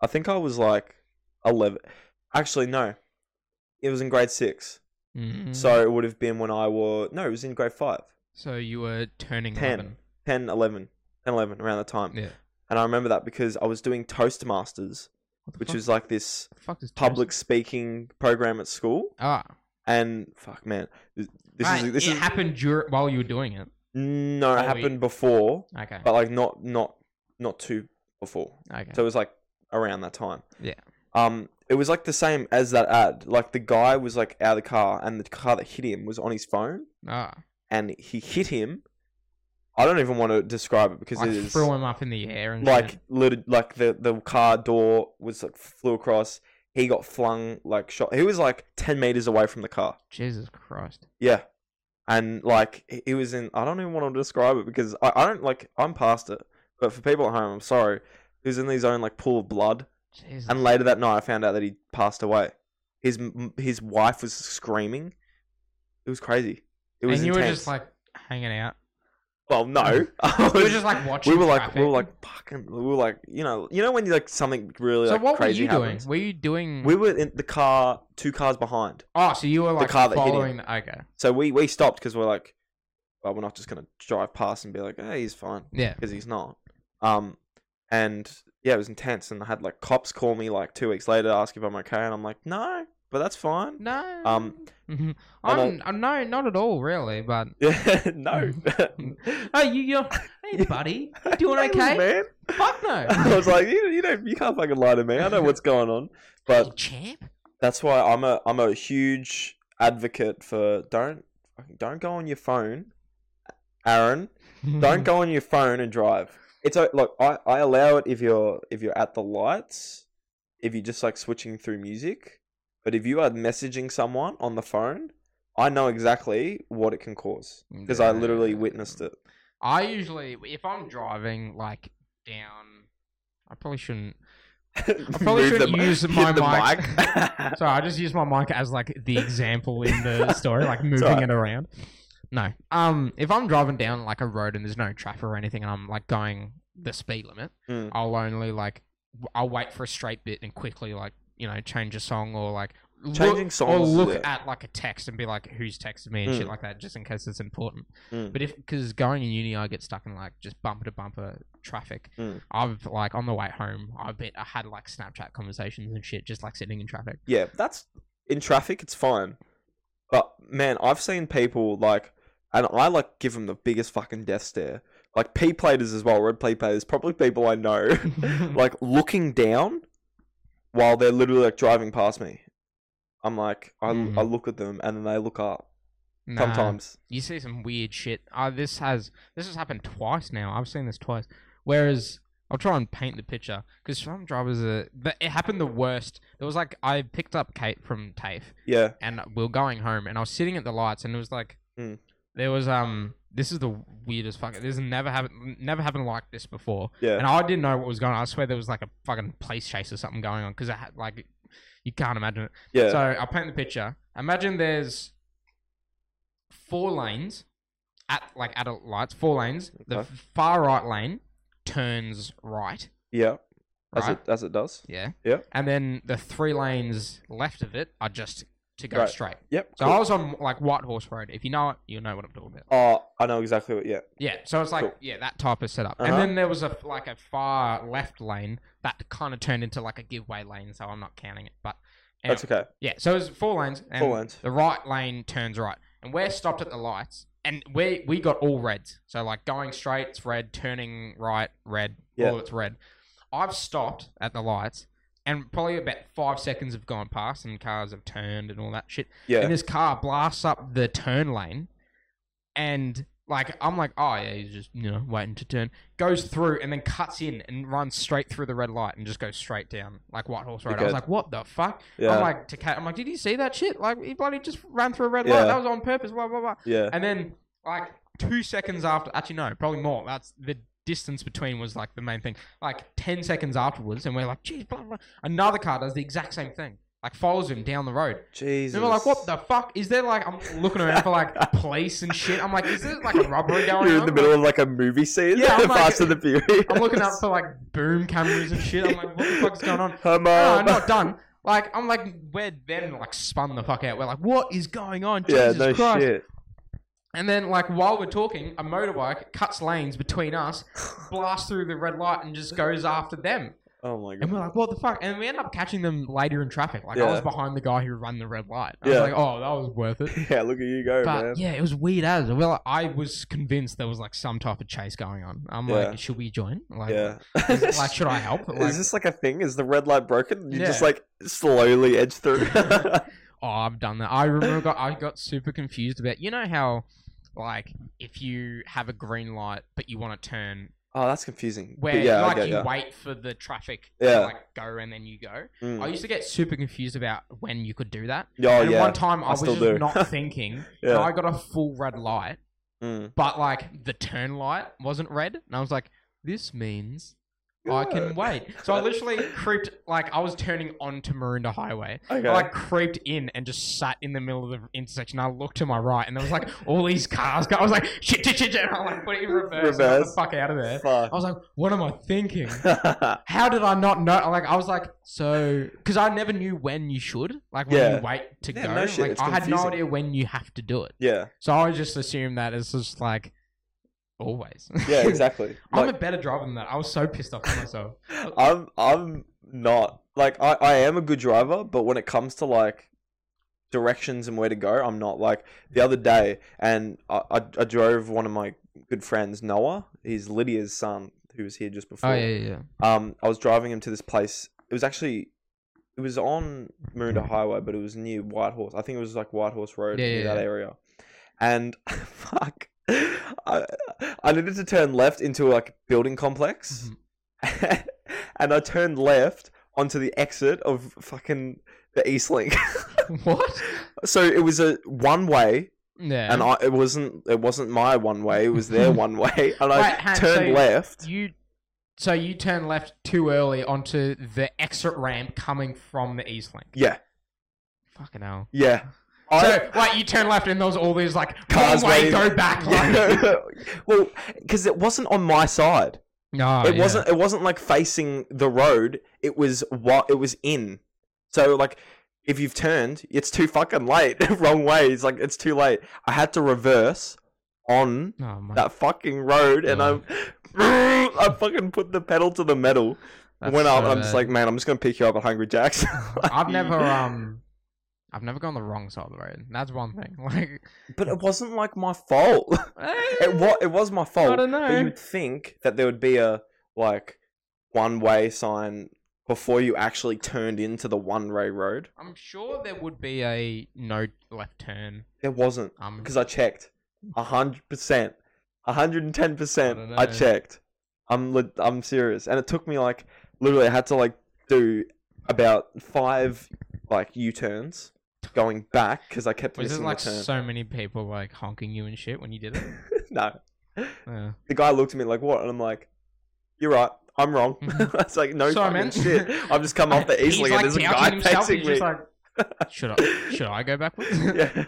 Speaker 1: I think I was like eleven. Actually, no, it was in grade six.
Speaker 2: Mm.
Speaker 1: So it would have been when I was no, it was in grade five.
Speaker 2: So you were turning
Speaker 1: 10.
Speaker 2: 11.
Speaker 1: 10, 11, 10, 11, around that time.
Speaker 2: Yeah.
Speaker 1: And I remember that because I was doing Toastmasters,
Speaker 2: What the
Speaker 1: which
Speaker 2: fuck?
Speaker 1: was like this
Speaker 2: the fuck is
Speaker 1: public speaking program at school.
Speaker 2: Ah,
Speaker 1: And fuck, man, this, this
Speaker 2: right,
Speaker 1: is this
Speaker 2: it
Speaker 1: is
Speaker 2: happened dur- while you were doing it.
Speaker 1: no, it
Speaker 2: Oh,
Speaker 1: happened before,
Speaker 2: Okay.
Speaker 1: but like not not not too before.
Speaker 2: okay.
Speaker 1: So it was like around that time.
Speaker 2: Yeah.
Speaker 1: Um, it was like the same as that ad. Like the guy was like out of the car, and the car that hit him was on his phone,
Speaker 2: ah,
Speaker 1: and he hit him. I don't even want to describe it because
Speaker 2: I
Speaker 1: it is
Speaker 2: threw him up in the air and
Speaker 1: like
Speaker 2: shit.
Speaker 1: lit- like the the car door was like flew across. He got flung like shot. He was like ten meters away from the car.
Speaker 2: Jesus Christ.
Speaker 1: Yeah, and like he- he was in. I don't even want to describe it because I, I don't like. I'm past it. But for people at home, I'm sorry. He was in his own like pool of blood.
Speaker 2: Jesus.
Speaker 1: And later that night, I found out that he passed away. His m- his wife was screaming. It was crazy. It was
Speaker 2: and you
Speaker 1: intense.
Speaker 2: were just like hanging out.
Speaker 1: well, no, <laughs>
Speaker 2: You were just like watching.
Speaker 1: we were like, we
Speaker 2: traffic.
Speaker 1: were like, fucking, we were like, you know, you know when you like something really
Speaker 2: So
Speaker 1: like
Speaker 2: what were
Speaker 1: crazy
Speaker 2: you
Speaker 1: happens.
Speaker 2: doing? Were you doing?
Speaker 1: We were in the car, two cars behind.
Speaker 2: oh, so you were like
Speaker 1: car that hit him.
Speaker 2: following. The, okay.
Speaker 1: So we we stopped because we're like, well, we're not just gonna drive past and be like, hey, he's fine,
Speaker 2: Yeah.
Speaker 1: because he's not. Um, and yeah, it was intense, and I had like cops call me like two weeks later to ask if I'm okay, and I'm like, no, but that's fine. <laughs>
Speaker 2: No.
Speaker 1: Um,
Speaker 2: <laughs> I'm.
Speaker 1: I
Speaker 2: I'm uh,
Speaker 1: don't-
Speaker 2: no, not at all, really. But <laughs>
Speaker 1: Yeah, no. <laughs>
Speaker 2: oh, you, you're. Hey, buddy, you Mm. doing
Speaker 1: Thanks,
Speaker 2: okay?
Speaker 1: man? <laughs>
Speaker 2: Fuck no.
Speaker 1: I was like, you, you don't, you can't fucking lie to me. I know what's going on, but
Speaker 2: <laughs> You champ.
Speaker 1: that's why I'm a I'm a huge advocate for don't fucking- don't go on your phone, Aaron.
Speaker 2: Mm-hmm.
Speaker 1: Don't go on your phone and drive. It's o- look, I, I allow it if you're if you're at the lights, if you're just like switching through music, but if you are messaging someone on the phone, I know exactly what it can cause because I literally
Speaker 2: Yeah.
Speaker 1: witnessed it.
Speaker 2: I usually, if I'm driving, like down, I probably shouldn't. I
Speaker 1: <laughs>
Speaker 2: probably
Speaker 1: Move
Speaker 2: shouldn't
Speaker 1: the mi-
Speaker 2: use
Speaker 1: hit
Speaker 2: my
Speaker 1: the
Speaker 2: mic.
Speaker 1: mic. <laughs>
Speaker 2: Sorry, I just use my mic as like the example in the story, like moving
Speaker 1: alright.
Speaker 2: it around. No, um, if I'm driving down like a road and there's no traffic or anything, and I'm like going the speed limit,
Speaker 1: Mm.
Speaker 2: I'll only like w- I'll wait for a straight bit and quickly like you know change a song or like look-
Speaker 1: Changing
Speaker 2: or
Speaker 1: songs,
Speaker 2: look
Speaker 1: yeah.
Speaker 2: at like a text and be like who's texted me and shit
Speaker 1: Mm.
Speaker 2: like that just in case it's important.
Speaker 1: Mm.
Speaker 2: But if because going in uni I get stuck in like just bumper to bumper traffic.
Speaker 1: Mm.
Speaker 2: I've like on the way home I've been I had like Snapchat conversations and shit just like sitting in traffic.
Speaker 1: Yeah, that's in traffic. It's fine, but man, I've seen people like, and I like give them the biggest fucking death stare. Like P platers as well, red P platers, probably people I know, <laughs> like looking down while they're literally like driving past me. I'm like, I,
Speaker 2: Mm.
Speaker 1: I look at them and then they look up. <laughs>
Speaker 2: <laughs> Nah.
Speaker 1: Sometimes
Speaker 2: you see some weird shit. Uh, this has this has happened twice now. I've seen this twice. Whereas I'll try and paint the picture because some drivers are. But it happened the worst. There was like I picked up Kate from TAFE
Speaker 1: yeah,
Speaker 2: and we were going home and I was sitting at the lights and it was like
Speaker 1: Hmm.
Speaker 2: there was um this is the weirdest fucking this has never happened never happened like this before
Speaker 1: yeah,
Speaker 2: and I didn't know what was going on. I swear there was like a fucking police chase or something going on because I had like you can't imagine it.
Speaker 1: yeah,
Speaker 2: So I'll paint the picture. Imagine there's four lanes at like adult lights, four lanes. The
Speaker 1: Okay.
Speaker 2: far right lane turns right.
Speaker 1: yeah. As
Speaker 2: Right.
Speaker 1: it as it does.
Speaker 2: Yeah.
Speaker 1: Yeah.
Speaker 2: And then the three lanes left of it are just to go
Speaker 1: Right.
Speaker 2: straight.
Speaker 1: Yep.
Speaker 2: So
Speaker 1: cool.
Speaker 2: I was on like White Horse Road. If you know it, you know what I'm talking about.
Speaker 1: Oh, I know exactly what. Yeah.
Speaker 2: Yeah. So it's like
Speaker 1: Cool.
Speaker 2: yeah, that type of setup. And
Speaker 1: Uh-huh.
Speaker 2: then there was a like a far left lane that kind of turned into like a giveaway lane. So I'm not counting it, but Yeah.
Speaker 1: That's okay.
Speaker 2: Yeah, so it's four lanes. And
Speaker 1: Four lanes.
Speaker 2: The right lane turns right, and we're stopped at the lights, and we we got all reds. So like going straight, it's red. Turning right, red.
Speaker 1: Yeah.
Speaker 2: All it's red. I've stopped at the lights, and probably about five seconds have gone past, and cars have turned and all that shit.
Speaker 1: Yeah.
Speaker 2: And this car blasts up the turn lane, and Like I'm like, oh yeah, he's just you know waiting to turn. Goes through and then cuts in and runs straight through the red light and just goes straight down like White Horse Road. I
Speaker 1: Okay.
Speaker 2: was like, what the fuck?
Speaker 1: Yeah.
Speaker 2: I'm like to Kate, I'm like, did you see that shit? Like he bloody just ran through a red
Speaker 1: Yeah.
Speaker 2: light. That was on purpose. Blah blah blah.
Speaker 1: yeah.
Speaker 2: And then like two seconds after, actually no, probably more. That's the distance between was like the main thing. Like ten seconds afterwards, and we're like, geez, blah blah. Another car does the exact same thing. Like follows him down the road.
Speaker 1: Jesus.
Speaker 2: And we're like, what the fuck? Is there like I'm looking around for like
Speaker 1: <laughs>
Speaker 2: police and shit. I'm like, is there like a robbery going
Speaker 1: You're
Speaker 2: on?
Speaker 1: in the middle of like a movie scene.
Speaker 2: Yeah, I'm
Speaker 1: <laughs>
Speaker 2: like-
Speaker 1: Fast and the Furious.
Speaker 2: I'm looking
Speaker 1: <laughs>
Speaker 2: out for like boom cameras and shit. I'm like, what the fuck's going on? Ah,
Speaker 1: Come
Speaker 2: No,
Speaker 1: on. <laughs>
Speaker 2: Oh, not done. Uh, <laughs> Like I'm like, we're then like spun the fuck out. We're like, what is going on?
Speaker 1: yeah,
Speaker 2: Jesus
Speaker 1: no
Speaker 2: Christ.
Speaker 1: shit.
Speaker 2: And then, like, while we're talking, a motorbike cuts lanes between us, blasts through the red light, and just goes after them.
Speaker 1: Oh my
Speaker 2: And
Speaker 1: god. <laughs>
Speaker 2: we're like, what the fuck? And we end up catching them later in traffic. Like, I
Speaker 1: Yeah.
Speaker 2: was behind the guy who ran the red light. I
Speaker 1: Yeah.
Speaker 2: was like, oh, that was worth it.
Speaker 1: Yeah, look at you go,
Speaker 2: But
Speaker 1: man.
Speaker 2: yeah, it was weird as well. I was convinced there was like some type of chase going on. I'm
Speaker 1: Yeah.
Speaker 2: like, should we join? Like,
Speaker 1: Yeah. <laughs>
Speaker 2: is- like, should I help? Like,
Speaker 1: is this like a thing? Is the red light broken? You just
Speaker 2: Yeah.
Speaker 1: like slowly edge
Speaker 2: <laughs>
Speaker 1: through.
Speaker 2: oh, I've done that. I remember got, I got super confused about. You know how, like, if you have a green light but you want to turn
Speaker 1: <laughs> oh, that's confusing.
Speaker 2: where
Speaker 1: but yeah,
Speaker 2: like
Speaker 1: okay,
Speaker 2: you
Speaker 1: yeah.
Speaker 2: wait for the traffic
Speaker 1: Yeah.
Speaker 2: to like go and then you go.
Speaker 1: Mm.
Speaker 2: I used to get super confused about when you could do that.
Speaker 1: Oh,
Speaker 2: and
Speaker 1: yeah.
Speaker 2: one time I, was
Speaker 1: still
Speaker 2: just
Speaker 1: do. <laughs>
Speaker 2: not thinking, and
Speaker 1: Yeah.
Speaker 2: I got a full red light,
Speaker 1: Mm.
Speaker 2: but like the turn light wasn't red, and I was like, "This means I can wait." So I literally creeped like I was turning onto Maroondah Highway.
Speaker 1: Okay.
Speaker 2: I like creeped in and just sat in the middle of the intersection. I looked to my right, and there was like all these cars. I was like, "Shit, shit, shit!" <laughs> shit," And I like put it in reverse, and got the
Speaker 1: Reverse.
Speaker 2: fuck out of there.
Speaker 1: <laughs>
Speaker 2: <laughs> I was like, "What am I thinking?"
Speaker 1: Fuck.
Speaker 2: how did I not know? Like, I was like, so because I never knew when you should, like when
Speaker 1: Yeah.
Speaker 2: you wait to
Speaker 1: Yeah,
Speaker 2: go.
Speaker 1: no shit,
Speaker 2: like,
Speaker 1: it's
Speaker 2: I had no
Speaker 1: confusing.
Speaker 2: idea when you have to do it,
Speaker 1: yeah.
Speaker 2: so I just assumed that it's just like always. <laughs>
Speaker 1: Yeah. Exactly.
Speaker 2: I'm
Speaker 1: Like,
Speaker 2: a better driver than that. I was so pissed off at myself.
Speaker 1: I'm I'm not like I, I am a good driver, but when it comes to like directions and where to go, I'm not like the other day and I, I, I drove one of my good friends, Noah. He's Lydia's son who was here just
Speaker 2: <laughs>
Speaker 1: before.
Speaker 2: oh yeah, yeah, yeah.
Speaker 1: Um I was driving him to this place. It was actually it was on Maroondah Highway, but it was near Whitehorse. I think it was like Whitehorse Road
Speaker 2: Yeah,
Speaker 1: near
Speaker 2: yeah,
Speaker 1: that
Speaker 2: yeah.
Speaker 1: area. And <laughs> fuck. I I needed to turn left into like a building complex
Speaker 2: Mhm.
Speaker 1: <laughs> and I turned left onto the exit of fucking the East Link. <laughs>
Speaker 2: what?
Speaker 1: so it was a one way,
Speaker 2: Yeah.
Speaker 1: and I it wasn't it wasn't my one way. It was
Speaker 2: <laughs>
Speaker 1: their one way, and I
Speaker 2: Wait, hang-
Speaker 1: turned
Speaker 2: so
Speaker 1: left.
Speaker 2: you. So you turn left too early onto the exit ramp coming from the East Link.
Speaker 1: Yeah,
Speaker 2: Fucking hell.
Speaker 1: yeah. I,
Speaker 2: So like you turn left and there was all these like
Speaker 1: Cars
Speaker 2: one way
Speaker 1: waiting.
Speaker 2: go back.
Speaker 1: <laughs>
Speaker 2: Like, <laughs>
Speaker 1: well, because it wasn't on my side.
Speaker 2: No,
Speaker 1: it
Speaker 2: Oh, yeah.
Speaker 1: wasn't. It wasn't like facing the road. It was what it was in. So like, if you've turned, it's too fucking late. <laughs> Wrong way. It's like it's too late. I had to reverse on
Speaker 2: Oh my
Speaker 1: that fucking road, and I,
Speaker 2: Yeah.
Speaker 1: <laughs> I fucking put the pedal to the metal.
Speaker 2: That's
Speaker 1: went up,
Speaker 2: so
Speaker 1: and I'm just
Speaker 2: bad.
Speaker 1: like, man, I'm just gonna pick you up at Hungry
Speaker 2: <laughs>
Speaker 1: Jack's. <laughs>
Speaker 2: I've never um, I've never gone the wrong side of the road. That's one thing. <laughs> Like, eh,
Speaker 1: but it wasn't like my fault. <laughs> it was. It was my fault.
Speaker 2: I don't know.
Speaker 1: But you'd think that there would be a like one way sign before you actually turned into the one way road.
Speaker 2: I'm sure there would be a no left turn.
Speaker 1: There wasn't
Speaker 2: Um,
Speaker 1: because I checked. A hundred percent, a hundred and ten percent.
Speaker 2: I don't
Speaker 1: I
Speaker 2: know.
Speaker 1: checked. I'm le- I'm serious, and it took me like literally I had to like do about five like U turns going back because I kept
Speaker 2: was there
Speaker 1: missing
Speaker 2: like
Speaker 1: the turn.
Speaker 2: so many people like honking you and shit when you did it?
Speaker 1: <laughs> no,
Speaker 2: Yeah.
Speaker 1: the guy looked at me like what, and I'm like, "You're right, I'm wrong." <laughs> It's like no
Speaker 2: Sorry,
Speaker 1: fucking
Speaker 2: man.
Speaker 1: shit. I've just
Speaker 2: <laughs>
Speaker 1: come off the
Speaker 2: He's,
Speaker 1: easily,
Speaker 2: like,
Speaker 1: and there's a
Speaker 2: doubting
Speaker 1: guy
Speaker 2: himself,
Speaker 1: facing
Speaker 2: he's
Speaker 1: me.
Speaker 2: just
Speaker 1: <laughs>
Speaker 2: like, should I should I go backwards?
Speaker 1: yeah.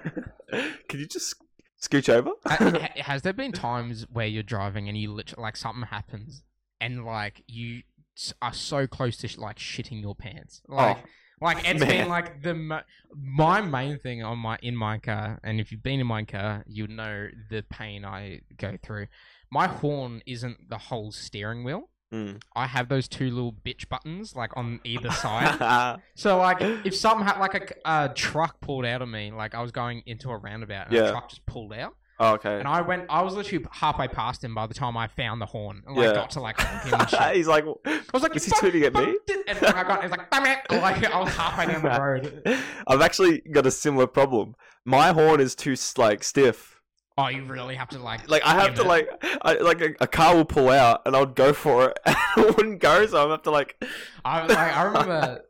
Speaker 1: Can you just scooch over?
Speaker 2: <laughs> Ha- ha- Has there been times where you're driving and you literally like something happens and like you s- are so close to sh- like shitting your pants? Like, like it's
Speaker 1: Oh, man.
Speaker 2: been like the mo- my main thing on my in my car, and if you've been in my car, you know the pain I go through. My horn isn't the whole steering wheel. <laughs>
Speaker 1: Mm.
Speaker 2: I have those two little bitch buttons like on
Speaker 1: <laughs>
Speaker 2: either side. So like, if something ha- like a c- a, truck pulled out of me, like I was going into a roundabout and
Speaker 1: Yeah.
Speaker 2: a truck just pulled out,
Speaker 1: Oh, okay.
Speaker 2: and I went, I was literally halfway past him by the time I found the horn and like
Speaker 1: Yeah.
Speaker 2: got to like
Speaker 1: <laughs>
Speaker 2: honk him and shit. I
Speaker 1: He's like,
Speaker 2: was like,
Speaker 1: is he
Speaker 2: "Fuck,
Speaker 1: tweeting at
Speaker 2: fuck
Speaker 1: me?
Speaker 2: it," And like, I got, it's like, damn it! <laughs> Like I was halfway
Speaker 1: <laughs>
Speaker 2: down the road.
Speaker 1: I've actually got a similar problem. My horn is too like stiff.
Speaker 2: Oh, you really have to like.
Speaker 1: Like I have to
Speaker 2: give it-
Speaker 1: like, I, like a, a car will pull out and I'll go for it. <laughs> it wouldn't go, so I have to like.
Speaker 2: I like. I
Speaker 1: <laughs>
Speaker 2: remember.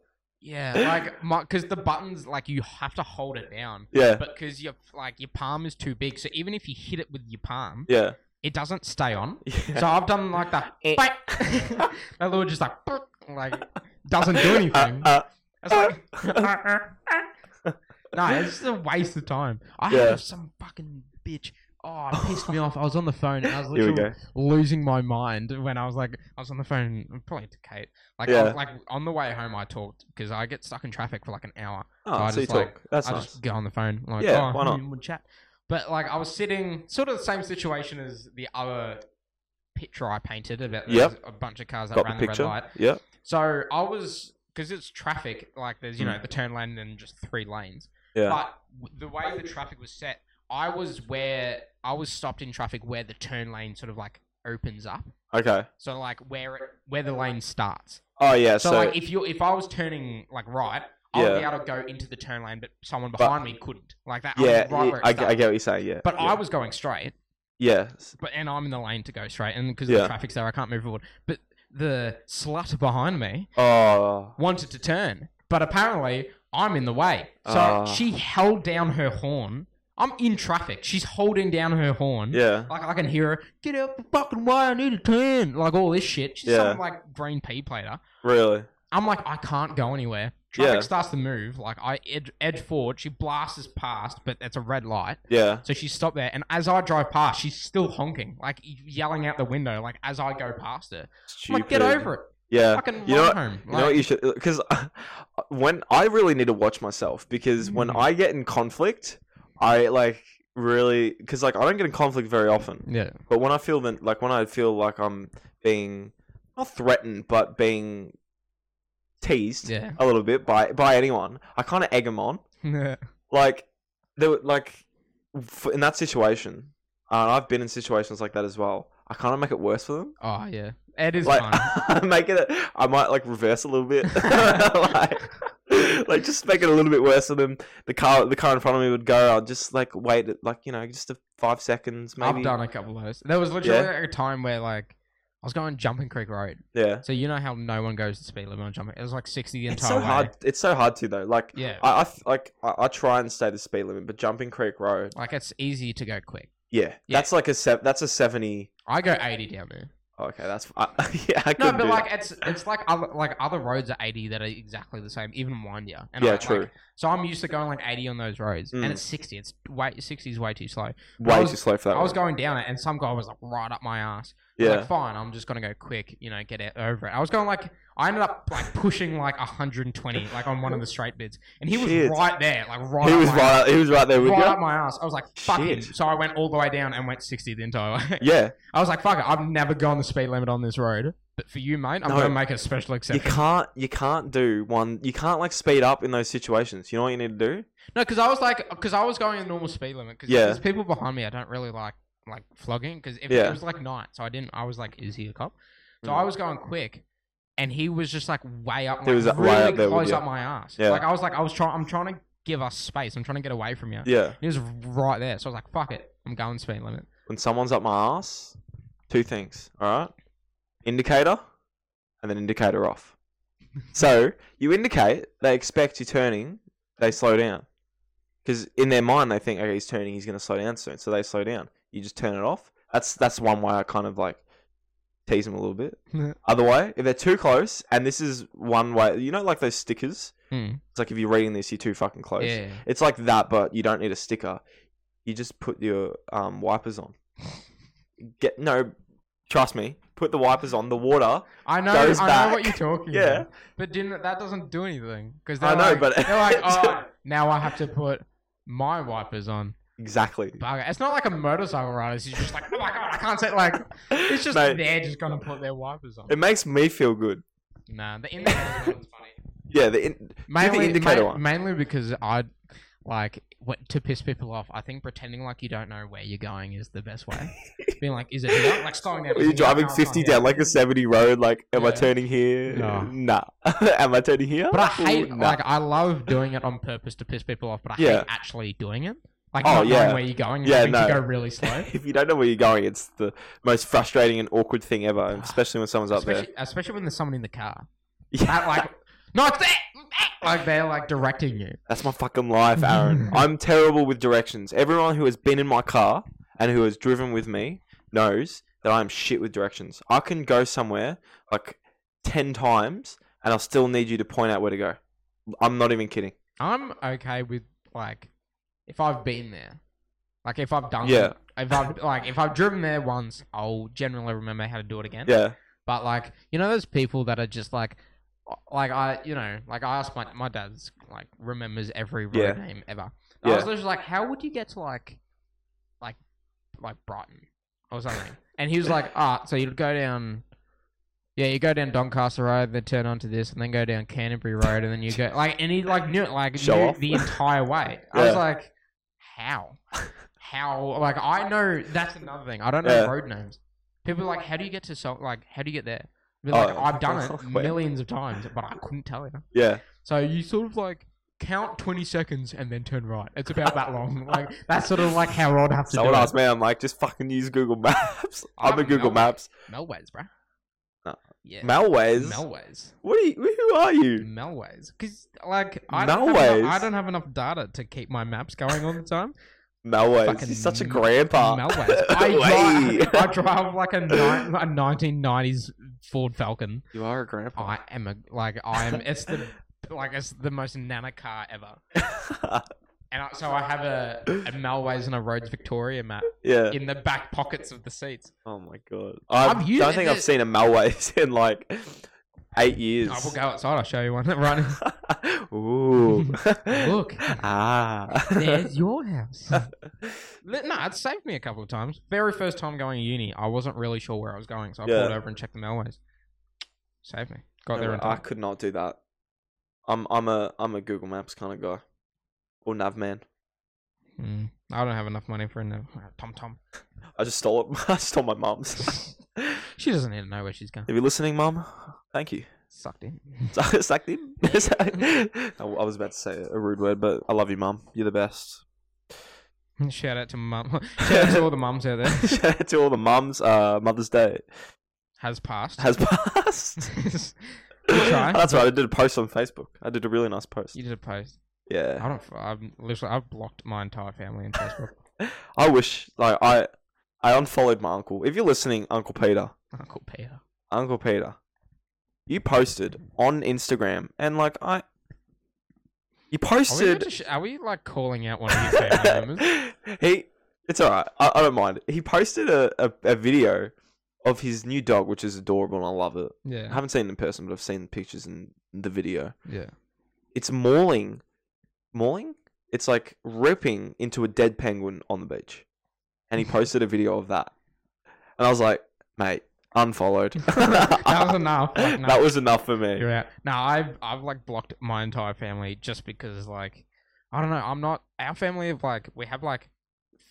Speaker 2: Yeah, like my because the buttons like you have to hold it down,
Speaker 1: Yeah,
Speaker 2: but because your like your palm is too big, so even if you hit it with your palm,
Speaker 1: yeah,
Speaker 2: it doesn't stay on.
Speaker 1: yeah.
Speaker 2: So I've done like that.
Speaker 1: Eh.
Speaker 2: <laughs> that little just like <laughs> like doesn't do
Speaker 1: <laughs> Uh,
Speaker 2: anything.
Speaker 1: uh,
Speaker 2: It's like <laughs> no, it's just a waste of time. I
Speaker 1: Yeah.
Speaker 2: have some fucking bitch. Oh, it pissed me off. I was on the phone and I was
Speaker 1: here we
Speaker 2: literally
Speaker 1: go.
Speaker 2: losing my mind when I was like, I was on the phone probably to Kate. Like,
Speaker 1: Yeah.
Speaker 2: I was, like on the way home, I talked because I get stuck in traffic for like an hour.
Speaker 1: Oh,
Speaker 2: I
Speaker 1: so you
Speaker 2: just, like-
Speaker 1: talk. That's
Speaker 2: I
Speaker 1: nice.
Speaker 2: just get on the phone. Like,
Speaker 1: Yeah,
Speaker 2: oh,
Speaker 1: why not?
Speaker 2: hmm, We'll chat. But like, I was sitting sort of the same situation as the other picture I painted about there
Speaker 1: Yep.
Speaker 2: was a bunch of cars that
Speaker 1: Got
Speaker 2: ran
Speaker 1: the
Speaker 2: the red
Speaker 1: picture.
Speaker 2: light.
Speaker 1: Yeah,
Speaker 2: So I was because it's traffic. Like, there's you know
Speaker 1: Mm.
Speaker 2: the turn lane and just three lanes.
Speaker 1: yeah,
Speaker 2: But w- the way the traffic was set, I was where I was stopped in traffic where the turn lane sort of like opens up.
Speaker 1: okay.
Speaker 2: So like where it, where the lane starts.
Speaker 1: Oh yeah,
Speaker 2: So,
Speaker 1: so,
Speaker 2: like if you if I was turning like right, I would be
Speaker 1: Yeah.
Speaker 2: able to go into the turn lane, but someone
Speaker 1: But-
Speaker 2: behind me couldn't. Like that. I was
Speaker 1: yeah,
Speaker 2: right
Speaker 1: yeah,
Speaker 2: where it
Speaker 1: I, ge- I
Speaker 2: started.
Speaker 1: get what you're saying. Yeah,
Speaker 2: But
Speaker 1: yeah.
Speaker 2: I was going straight,
Speaker 1: yeah, s-
Speaker 2: but and I'm in the lane to go straight, and because
Speaker 1: Yeah.
Speaker 2: the traffic's there, I can't move forward. But the slut behind me
Speaker 1: oh,
Speaker 2: wanted to turn, but apparently I'm in the way. So
Speaker 1: Ah.
Speaker 2: she held down her horn. I'm in traffic. She's holding down her horn.
Speaker 1: yeah,
Speaker 2: Like I can hear her, get out the fucking way, I need to turn. Like all this shit. She's
Speaker 1: Yeah.
Speaker 2: some like green pea plater.
Speaker 1: really.
Speaker 2: I'm like, I can't go anywhere. Traffic
Speaker 1: Yeah.
Speaker 2: starts to move. Like I ed- edge forward. She blasts us past, but it's a red light.
Speaker 1: Yeah,
Speaker 2: So she stopped there. And as I drive past, she's still honking, like yelling out the window, like as I go past her. I'm
Speaker 1: stupid.
Speaker 2: like, get over it.
Speaker 1: Yeah,
Speaker 2: Fucking
Speaker 1: you know
Speaker 2: run
Speaker 1: what-
Speaker 2: home.
Speaker 1: You know what you should <laughs> because when I really need to watch myself because when
Speaker 2: Mm.
Speaker 1: I get in conflict, I like really because like I don't get in conflict very often.
Speaker 2: yeah.
Speaker 1: But when I feel that like when I feel like I'm being not threatened but being teased
Speaker 2: Yeah.
Speaker 1: a little bit by by anyone, I kind of egg them on.
Speaker 2: yeah. <laughs>
Speaker 1: Like there were- like f- in that situation, and I've been in situations like that as well. I kind of make it worse for them. <laughs>
Speaker 2: Oh yeah, it is
Speaker 1: like
Speaker 2: fun.
Speaker 1: I make it. a- I might like reverse a little bit, <laughs> like, like just make it a little bit worse for them. The car, the car in front of me would go. I'll just like wait, like you know, just a five seconds maybe.
Speaker 2: I've done a couple of those. There was literally a time where like I was going Jumping Creek Road,
Speaker 1: Yeah,
Speaker 2: so you know how no one goes the speed limit on Jumping. It was like sixty the
Speaker 1: it's
Speaker 2: entire
Speaker 1: so
Speaker 2: way.
Speaker 1: hard. It's so hard to though. Like
Speaker 2: Yeah,
Speaker 1: I, I f- like I, I try and stay the speed limit, but jumping Creek Road,
Speaker 2: like it's easy to go quick.
Speaker 1: yeah,
Speaker 2: Yeah.
Speaker 1: that's like a se- that's a seventy.
Speaker 2: I go eighty down there.
Speaker 1: oh, okay, that's I, <laughs> yeah. I
Speaker 2: <laughs> No,
Speaker 1: couldn't
Speaker 2: but
Speaker 1: do
Speaker 2: like
Speaker 1: that.
Speaker 2: it's it's like other like other roads are eighty that are exactly the same, even windier. And I,
Speaker 1: yeah,
Speaker 2: like-
Speaker 1: true.
Speaker 2: so I'm used to going like eighty on those roads,
Speaker 1: Mm.
Speaker 2: and it's sixty. It's way sixty is way too slow. I
Speaker 1: Way
Speaker 2: was-
Speaker 1: too slow for that.
Speaker 2: I was
Speaker 1: one.
Speaker 2: going down it, and some guy was like right up my ass.
Speaker 1: yeah,
Speaker 2: Like, fine, I'm just gonna go quick, you know, get it over it. I was going like I ended up like pushing like 120, like on one of the straight bits, and he was
Speaker 1: Shit.
Speaker 2: right there, like right.
Speaker 1: he
Speaker 2: up
Speaker 1: was
Speaker 2: my,
Speaker 1: right. He was right there with
Speaker 2: right
Speaker 1: you.
Speaker 2: up my ass. I was like, fuck him.
Speaker 1: Shit.
Speaker 2: So I went all the way down and went 60 the entire way.
Speaker 1: Yeah,
Speaker 2: I was like, fuck it, I've never gone the speed limit on this road, but for you, mate, I'm
Speaker 1: No.
Speaker 2: gonna make a
Speaker 1: you
Speaker 2: special exception.
Speaker 1: can't you can't do one you can't like speed up in those situations you know what you need to do
Speaker 2: No, because I was like, because I was going a normal speed limit because
Speaker 1: Yeah.
Speaker 2: there's people behind me. I don't really like like flogging because if
Speaker 1: Yeah.
Speaker 2: it was like night, so I didn't. I was like, is he a cop? So
Speaker 1: Mm.
Speaker 2: I was going quick, and he was just like way up.
Speaker 1: He
Speaker 2: my-
Speaker 1: was, uh, way
Speaker 2: really
Speaker 1: up there with
Speaker 2: close
Speaker 1: you.
Speaker 2: up my ass.
Speaker 1: Yeah.
Speaker 2: Like I was like, I was trying. I'm trying to give us space. I'm trying to get away from you.
Speaker 1: yeah
Speaker 2: He was right there, so I was like, fuck it, I'm going speed limit.
Speaker 1: when someone's up my ass two things all right indicator and then indicator off so you indicate they expect you turning they slow down because in their mind they think okay he's turning he's going to slow down soon so they slow down you just turn it off that's that's one way i kind of like tease them a little bit other way if they're too close and this is one way you know like those stickers
Speaker 2: Hmm.
Speaker 1: it's like if you're reading this you're too fucking close
Speaker 2: Yeah.
Speaker 1: It's like that, but you don't need a sticker. You just put your um, wipers on. Get no, trust me. Put the wipers on. The water.
Speaker 2: I know.
Speaker 1: Goes
Speaker 2: I know what
Speaker 1: back.
Speaker 2: you're talking.
Speaker 1: Yeah.
Speaker 2: about, but didn't that doesn't do anything because
Speaker 1: I know,
Speaker 2: like,
Speaker 1: but- <laughs>
Speaker 2: they're like, oh, now I have to put my wipers on.
Speaker 1: Exactly.
Speaker 2: Bugger. It's not like a motorcycle rider. It's just like, oh my god, I can't say like. It's just
Speaker 1: Mate,
Speaker 2: they're just gonna put their wipers on.
Speaker 1: it makes me feel good.
Speaker 2: nah, the indicator one's funny.
Speaker 1: Yeah. The in-
Speaker 2: mainly,
Speaker 1: indicator
Speaker 2: ma-
Speaker 1: one.
Speaker 2: mainly because I like what, to piss people off. I think pretending like you don't know where you're going is the
Speaker 1: <laughs>
Speaker 2: best way. Being like, is it here? like slowing down?
Speaker 1: are
Speaker 2: is
Speaker 1: you
Speaker 2: it here?
Speaker 1: driving
Speaker 2: No, it's not
Speaker 1: fifty
Speaker 2: here.
Speaker 1: down like a seventy road? Like, am I
Speaker 2: Yeah.
Speaker 1: turning here?
Speaker 2: No.
Speaker 1: Nah. <laughs> am I turning here?
Speaker 2: But I hate
Speaker 1: Nah.
Speaker 2: like I love doing it on purpose to piss people off, but I
Speaker 1: Yeah.
Speaker 2: hate actually doing it. Like
Speaker 1: Oh,
Speaker 2: not
Speaker 1: yeah.
Speaker 2: knowing where you're going, and
Speaker 1: Yeah,
Speaker 2: having to
Speaker 1: no.
Speaker 2: go really
Speaker 1: <laughs>
Speaker 2: slow.
Speaker 1: if you don't know where you're going, it's the most frustrating and awkward thing ever, especially when someone's up there.
Speaker 2: especially, especially when there's someone in the car.
Speaker 1: <laughs> Yeah.
Speaker 2: That like, not that. Like they're like directing you.
Speaker 1: That's my fucking life, <laughs> Aaron. I'm terrible with directions. Everyone who has been in my car and who has driven with me knows that I'm shit with directions. I can go somewhere like 10 times and I'll still need you to point out where to go. I'm not even kidding.
Speaker 2: I'm okay with like if I've been there, like if I've done,
Speaker 1: Yeah.
Speaker 2: If I've like if I've driven there once, I'll generally remember how to do it again.
Speaker 1: Yeah.
Speaker 2: But like you know those people that are just like, like I you know like I asked my my dad's like remembers every road
Speaker 1: Yeah.
Speaker 2: name ever. I
Speaker 1: Yeah.
Speaker 2: was just like, how would you get to like, like, like Brighton or something? and he was like, ah, so you'd go down. Yeah, you go down Doncaster Road, then turn onto this, and then go down Canterbury Road, and then
Speaker 1: <laughs>
Speaker 2: you go like, and he like knew it like
Speaker 1: Show
Speaker 2: knew
Speaker 1: off.
Speaker 2: the
Speaker 1: <laughs>
Speaker 2: entire way. I was
Speaker 1: Yeah.
Speaker 2: like, how, how? Like I know that's another thing. I don't know
Speaker 1: Yeah.
Speaker 2: road names. People are like, how do you get to so like how do you get there? Be
Speaker 1: Oh, <laughs>
Speaker 2: like I've done it
Speaker 1: wait.
Speaker 2: millions of times, but I couldn't tell you.
Speaker 1: Yeah.
Speaker 2: So you sort of like count twenty seconds and then turn right. It's about
Speaker 1: <laughs>
Speaker 2: that long. Like that's sort of like how I'd have to
Speaker 1: Someone
Speaker 2: do
Speaker 1: asked me, I'm like, just fucking use Google <laughs> Maps. I'm, a
Speaker 2: I'm
Speaker 1: Google
Speaker 2: not-
Speaker 1: Maps.
Speaker 2: it. Melways, bruh.
Speaker 1: Uh,
Speaker 2: yeah,
Speaker 1: Malways?
Speaker 2: Melways,
Speaker 1: what are you, who are you?
Speaker 2: Melways. Because like I don't, have
Speaker 1: Melways?
Speaker 2: enough, I don't have enough data to keep my maps going all
Speaker 1: <laughs>
Speaker 2: the time.
Speaker 1: Malways.
Speaker 2: Fucking
Speaker 1: He's such a
Speaker 2: m-
Speaker 1: grandpa.
Speaker 2: Melways.
Speaker 1: <laughs>
Speaker 2: I drive, I drive like a, nine a nineteen nineties Ford Falcon.
Speaker 1: You are a grandpa.
Speaker 2: I am a like I am. It's the like it's the most nana car ever. And I, so I have a, a Melways and a Rhodes Victoria map
Speaker 1: <laughs> yeah.
Speaker 2: in the back pockets of the seats.
Speaker 1: Oh my god! I
Speaker 2: I'm huge-
Speaker 1: don't think I've
Speaker 2: it's-
Speaker 1: seen a Malways <laughs> in like eight years.
Speaker 2: I will go outside. I'll show you one. Right.
Speaker 1: <laughs> Ooh.
Speaker 2: Look.
Speaker 1: Ah.
Speaker 2: There's your
Speaker 1: <laughs>
Speaker 2: house. Li- no, it saved me a couple of times. Very first time going to uni, I wasn't really sure where I was going, so I
Speaker 1: Yeah.
Speaker 2: pulled over and checked the Melways. Saved me.
Speaker 1: <laughs>
Speaker 2: Got there in
Speaker 1: I
Speaker 2: time.
Speaker 1: could not do that. I'm I'm a I'm a Google Maps kind of guy, or Nav man.
Speaker 2: Mm. I don't have enough money for a Nav- uh, Tom
Speaker 1: <laughs>
Speaker 2: Tom.
Speaker 1: I just stole it. <laughs> I stole my mum's.
Speaker 2: she doesn't need to know where she's going.
Speaker 1: If you're listening, mum, thank you. <laughs>
Speaker 2: Sucked in.
Speaker 1: Sucked <laughs> in. I I was about to say a rude word, but I love you, mum. You're the best. <laughs>
Speaker 2: Shout out to mum. <laughs> Shout out to all the mums out
Speaker 1: <laughs>
Speaker 2: there.
Speaker 1: Shout out to all the mums. Uh, Mother's Day
Speaker 2: Has passed.
Speaker 1: has <laughs> passed.
Speaker 2: Good
Speaker 1: <laughs>
Speaker 2: try.
Speaker 1: That's right. I did a post on Facebook. I did a really nice post.
Speaker 2: <laughs> you did a post.
Speaker 1: Yeah.
Speaker 2: I don't. f- I've literally I've blocked my entire family
Speaker 1: <laughs>
Speaker 2: on Facebook.
Speaker 1: I wish like I I unfollowed my uncle. If you're listening, Uncle Peter,
Speaker 2: Uncle Peter.
Speaker 1: Uncle Peter, you posted on Instagram and like I you
Speaker 2: Are we, meant
Speaker 1: posted
Speaker 2: to sh- are we like calling out one of your
Speaker 1: <laughs>
Speaker 2: family members?
Speaker 1: he it's all right. I, I don't mind. He posted a, a, a video of his new dog, which is adorable and I love it. I
Speaker 2: Yeah.
Speaker 1: haven't seen it in person, but I've seen the pictures and the video. <laughs>
Speaker 2: Yeah.
Speaker 1: It's mauling, mauling. It's like ripping into a dead penguin on the beach, and he posted a video of that, and I was like, mate, unfollowed.
Speaker 2: <laughs> that was enough. Like, no,
Speaker 1: That was enough for me.
Speaker 2: you're out. No, I've I've like blocked my entire family just because like I don't know. I'm not our family of like we have like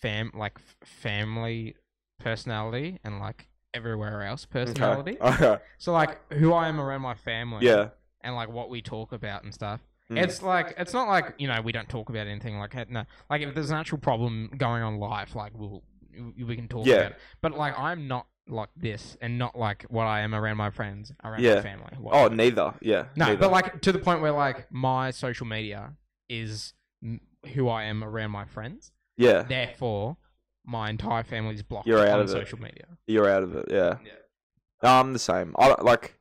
Speaker 2: fam like f- family personality and like everywhere else
Speaker 1: <laughs>
Speaker 2: personality.
Speaker 1: Okay. Alright.
Speaker 2: So like who I am around my family.
Speaker 1: Yeah.
Speaker 2: and like what we talk about and stuff.
Speaker 1: Mm.
Speaker 2: It's like it's not like you know we don't talk about anything like that. No, like if there's an actual problem going on life, like we'll we can talk
Speaker 1: Yeah.
Speaker 2: about. It. But like I'm not like this, and not like what I am around my friends, around my
Speaker 1: Yeah.
Speaker 2: family. what-
Speaker 1: Oh, neither. Yeah.
Speaker 2: no,
Speaker 1: neither.
Speaker 2: but like to the point where like my social media is m- who I am around my friends.
Speaker 1: yeah,
Speaker 2: Therefore, my entire family's blocked
Speaker 1: You're out
Speaker 2: on
Speaker 1: of it.
Speaker 2: social media.
Speaker 1: you're out of it. Yeah.
Speaker 2: Yeah.
Speaker 1: No, I'm the same. I don't- like.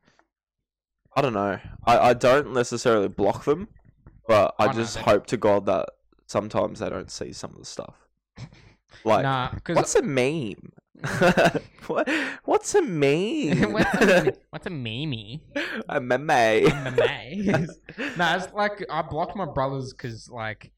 Speaker 1: I don't know. I, I don't necessarily block them, but I
Speaker 2: Oh, no,
Speaker 1: just
Speaker 2: they-
Speaker 1: hope to God that sometimes they don't see some of the stuff.
Speaker 2: <laughs>
Speaker 1: Like,
Speaker 2: nah, because
Speaker 1: What's a meme? <laughs> what? What's a meme?
Speaker 2: <laughs> <laughs>
Speaker 1: <laughs>
Speaker 2: what's a, Uh, what's a mamey?
Speaker 1: a meme.
Speaker 2: MMA. <laughs> no, it's like I blocked my brothers because, like,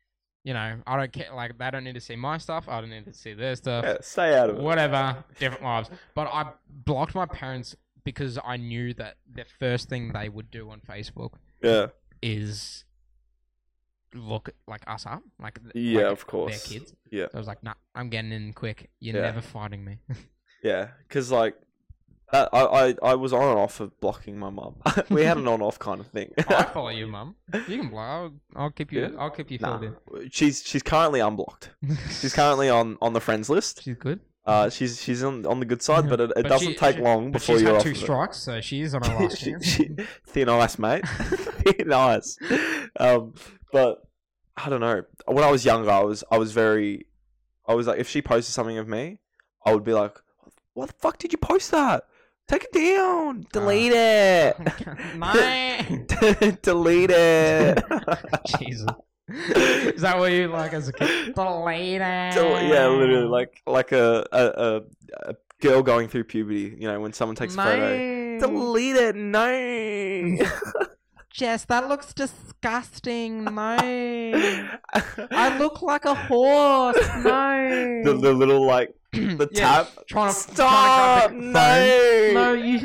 Speaker 2: you know, I don't care. Like, they don't need to see my stuff. I don't need to see their stuff.
Speaker 1: Yeah, stay out of it.
Speaker 2: Whatever, different lives. But I blocked my parents because I knew that the first thing they would do on Facebook
Speaker 1: Yeah.
Speaker 2: is look like us up, like th-
Speaker 1: Yeah,
Speaker 2: like
Speaker 1: of course.
Speaker 2: their kids.
Speaker 1: Yeah.
Speaker 2: So I was like, nah, I'm getting in quick.
Speaker 1: <laughs>
Speaker 2: You're
Speaker 1: Yeah.
Speaker 2: never finding me.
Speaker 1: Yeah, because like That, I, I I was on and off of blocking my mum. <laughs> we
Speaker 2: <laughs>
Speaker 1: had an on off kind of thing.
Speaker 2: I follow you, mum. You can blow. I'll, I'll keep you.
Speaker 1: Yeah.
Speaker 2: I'll keep you
Speaker 1: Nah,
Speaker 2: filled
Speaker 1: she's she's currently unblocked.
Speaker 2: in.
Speaker 1: She's currently on, on the friends list.
Speaker 2: <laughs> she's good.
Speaker 1: Uh, she's she's on on the good
Speaker 2: <laughs>
Speaker 1: side, but it, it
Speaker 2: But
Speaker 1: doesn't
Speaker 2: she-
Speaker 1: take
Speaker 2: she-
Speaker 1: long
Speaker 2: But
Speaker 1: before
Speaker 2: she's
Speaker 1: you're
Speaker 2: had
Speaker 1: off
Speaker 2: two
Speaker 1: of it.
Speaker 2: strikes, so she is on her
Speaker 1: <laughs>
Speaker 2: last
Speaker 1: she,
Speaker 2: chance. <laughs>
Speaker 1: she, thin ice, mate. thin ice. Um, but I don't know. When I was younger, I was I was very, I was like, if she posted something of me, I would be like, "What the fuck did you post that? Take it down.
Speaker 2: Ah.
Speaker 1: Delete
Speaker 2: <laughs>
Speaker 1: <laughs>
Speaker 2: Mate.
Speaker 1: it. <laughs> Delete
Speaker 2: <laughs>
Speaker 1: it." <laughs>
Speaker 2: Jesus. Is that what you like as a kid? The lady.
Speaker 1: Del- yeah, literally,
Speaker 2: Ah.
Speaker 1: like like a a, a a girl going through puberty. You know, when someone takes a photo.
Speaker 2: no.
Speaker 1: Delete it. No.
Speaker 2: Jess, that looks disgusting. No.
Speaker 1: I
Speaker 2: <laughs> I look like
Speaker 1: <laughs>
Speaker 2: a horse. No.
Speaker 1: the, the little like the
Speaker 2: <clears throat> Yeah,
Speaker 1: tap.
Speaker 2: Trying to,
Speaker 1: Stop!
Speaker 2: Trying to grab the phone. No,
Speaker 1: No!
Speaker 2: you.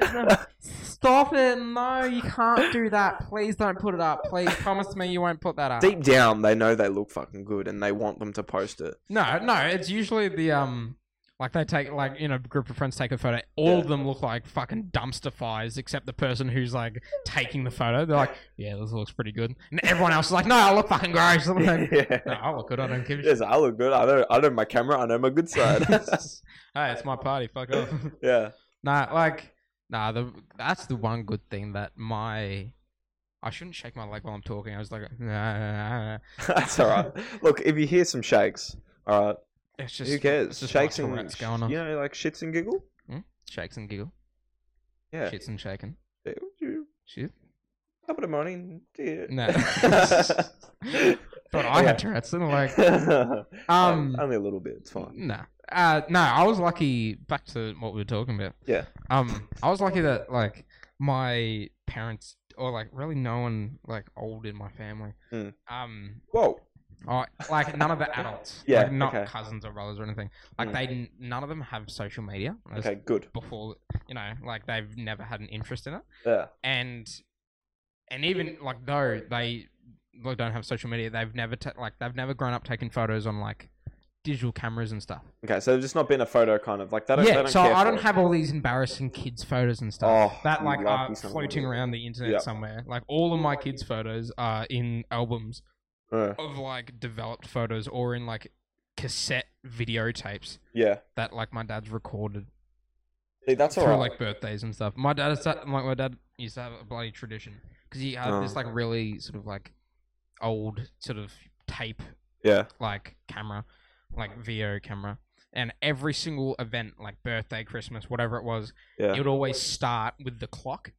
Speaker 2: stop it. No, you can't do that. Please don't put it up. Please promise me you won't put that up.
Speaker 1: Deep down, they know they look fucking good and they want them to post
Speaker 2: <laughs>
Speaker 1: it.
Speaker 2: No, no, it's usually the um like they take like you know, a group of friends take a photo, all of them look like fucking dumpster fires except the person who's like taking the photo. They're like, Yeah, this looks pretty good. And everyone else is like, No, I look fucking gross. I'm like, no,
Speaker 1: <laughs> yeah.
Speaker 2: I look good, I don't give a shit.
Speaker 1: Yes, I look good. I know, I know my camera. I know my good
Speaker 2: <laughs>
Speaker 1: side.
Speaker 2: hey, it's my party, fuck off. <laughs>
Speaker 1: yeah. <laughs>
Speaker 2: nah, like nah, the that's the one good thing that my I shouldn't shake my leg while I'm talking. I was like, nah, nah, nah, nah.
Speaker 1: That's all right. Look, if you hear some shakes, all right,
Speaker 2: it's just
Speaker 1: who cares?
Speaker 2: It's just
Speaker 1: shakes
Speaker 2: my
Speaker 1: and
Speaker 2: Tourette's going on.
Speaker 1: you know, like shits and giggle.
Speaker 2: Shakes and giggle,
Speaker 1: Yeah.
Speaker 2: shits and shaking. Shit.
Speaker 1: Up in the morning. dear. <laughs>
Speaker 2: No. <laughs> Thought I had Tourette's. And I'm like,
Speaker 1: <laughs>
Speaker 2: Um,
Speaker 1: only a little bit. It's fine.
Speaker 2: No. Uh, no, I was lucky. Back to what we were talking about.
Speaker 1: Yeah.
Speaker 2: Um, I was lucky that like my parents or like really no one like old in my family.
Speaker 1: Mm.
Speaker 2: Um,
Speaker 1: Whoa.
Speaker 2: I, like none of the adults.
Speaker 1: <laughs> Yeah,
Speaker 2: Like, not
Speaker 1: okay.
Speaker 2: cousins or brothers or anything. Like
Speaker 1: Mm.
Speaker 2: they n- none of them have social media. as
Speaker 1: Okay. Good.
Speaker 2: Before you know, like they've never had an interest in it,
Speaker 1: Yeah.
Speaker 2: and and even like though they like, don't have social media, they've never ta- like they've never grown up taking photos on like digital cameras and stuff.
Speaker 1: Okay. So there's just not been a photo, kind of like that.
Speaker 2: yeah,
Speaker 1: they don't
Speaker 2: so
Speaker 1: care
Speaker 2: I
Speaker 1: for
Speaker 2: don't
Speaker 1: it.
Speaker 2: have all these embarrassing kids' photos and stuff.
Speaker 1: Oh,
Speaker 2: that
Speaker 1: you
Speaker 2: like
Speaker 1: lucky
Speaker 2: are
Speaker 1: son of a
Speaker 2: floating
Speaker 1: bitch.
Speaker 2: around the internet
Speaker 1: Yeah.
Speaker 2: somewhere. Like all of my kids' photos are in albums
Speaker 1: Uh,
Speaker 2: of like developed photos or in like cassette videotapes
Speaker 1: yeah.
Speaker 2: that like my dad's recorded
Speaker 1: See, that's all
Speaker 2: through
Speaker 1: right.
Speaker 2: like birthdays and stuff. My dad is that like my dad used to have a bloody tradition because he had
Speaker 1: Oh.
Speaker 2: this like really sort of like old sort of tape
Speaker 1: yeah.
Speaker 2: like camera, like VO camera. And every single event, like birthday, Christmas, whatever it was,
Speaker 1: Yeah.
Speaker 2: it would always start with the clock.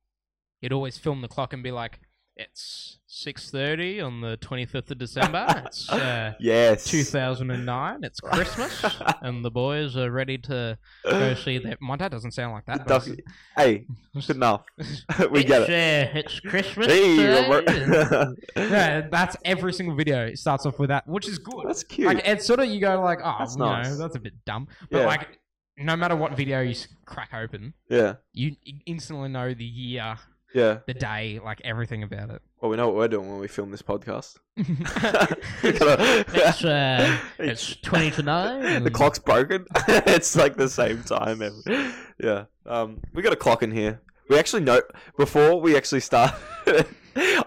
Speaker 2: He'd always film the clock and be like, "It's six thirty on the twenty fifth of
Speaker 1: <laughs>
Speaker 2: December. it's uh,
Speaker 1: Yes.
Speaker 2: two
Speaker 1: <laughs>
Speaker 2: thousand and nine. It's Christmas, and the boys are ready to go see their." My dad doesn't sound like that. <laughs>
Speaker 1: Does- hey, good enough. <laughs> we
Speaker 2: it's,
Speaker 1: get it.
Speaker 2: Uh, it's Christmas.
Speaker 1: Hey, <laughs>
Speaker 2: today." <laughs>
Speaker 1: Robert.
Speaker 2: yeah, that's every single video. It starts off with that, which is good.
Speaker 1: That's cute.
Speaker 2: Like it's sort of you go like, oh,
Speaker 1: That's
Speaker 2: you know,
Speaker 1: nice.
Speaker 2: that's a bit dumb. But
Speaker 1: Yeah.
Speaker 2: like, no matter what video you s- crack open,
Speaker 1: yeah.
Speaker 2: you instantly know the year,
Speaker 1: Yeah.
Speaker 2: the day, like everything about it.
Speaker 1: Well, we know what we're doing when we film this
Speaker 2: <laughs>
Speaker 1: podcast. <laughs>
Speaker 2: it's uh,
Speaker 1: It's-
Speaker 2: it's twenty to nine.
Speaker 1: the clock's broken. <laughs> it's like the same time every. Yeah. Um, we got a clock in here. We actually know before we actually started. <laughs>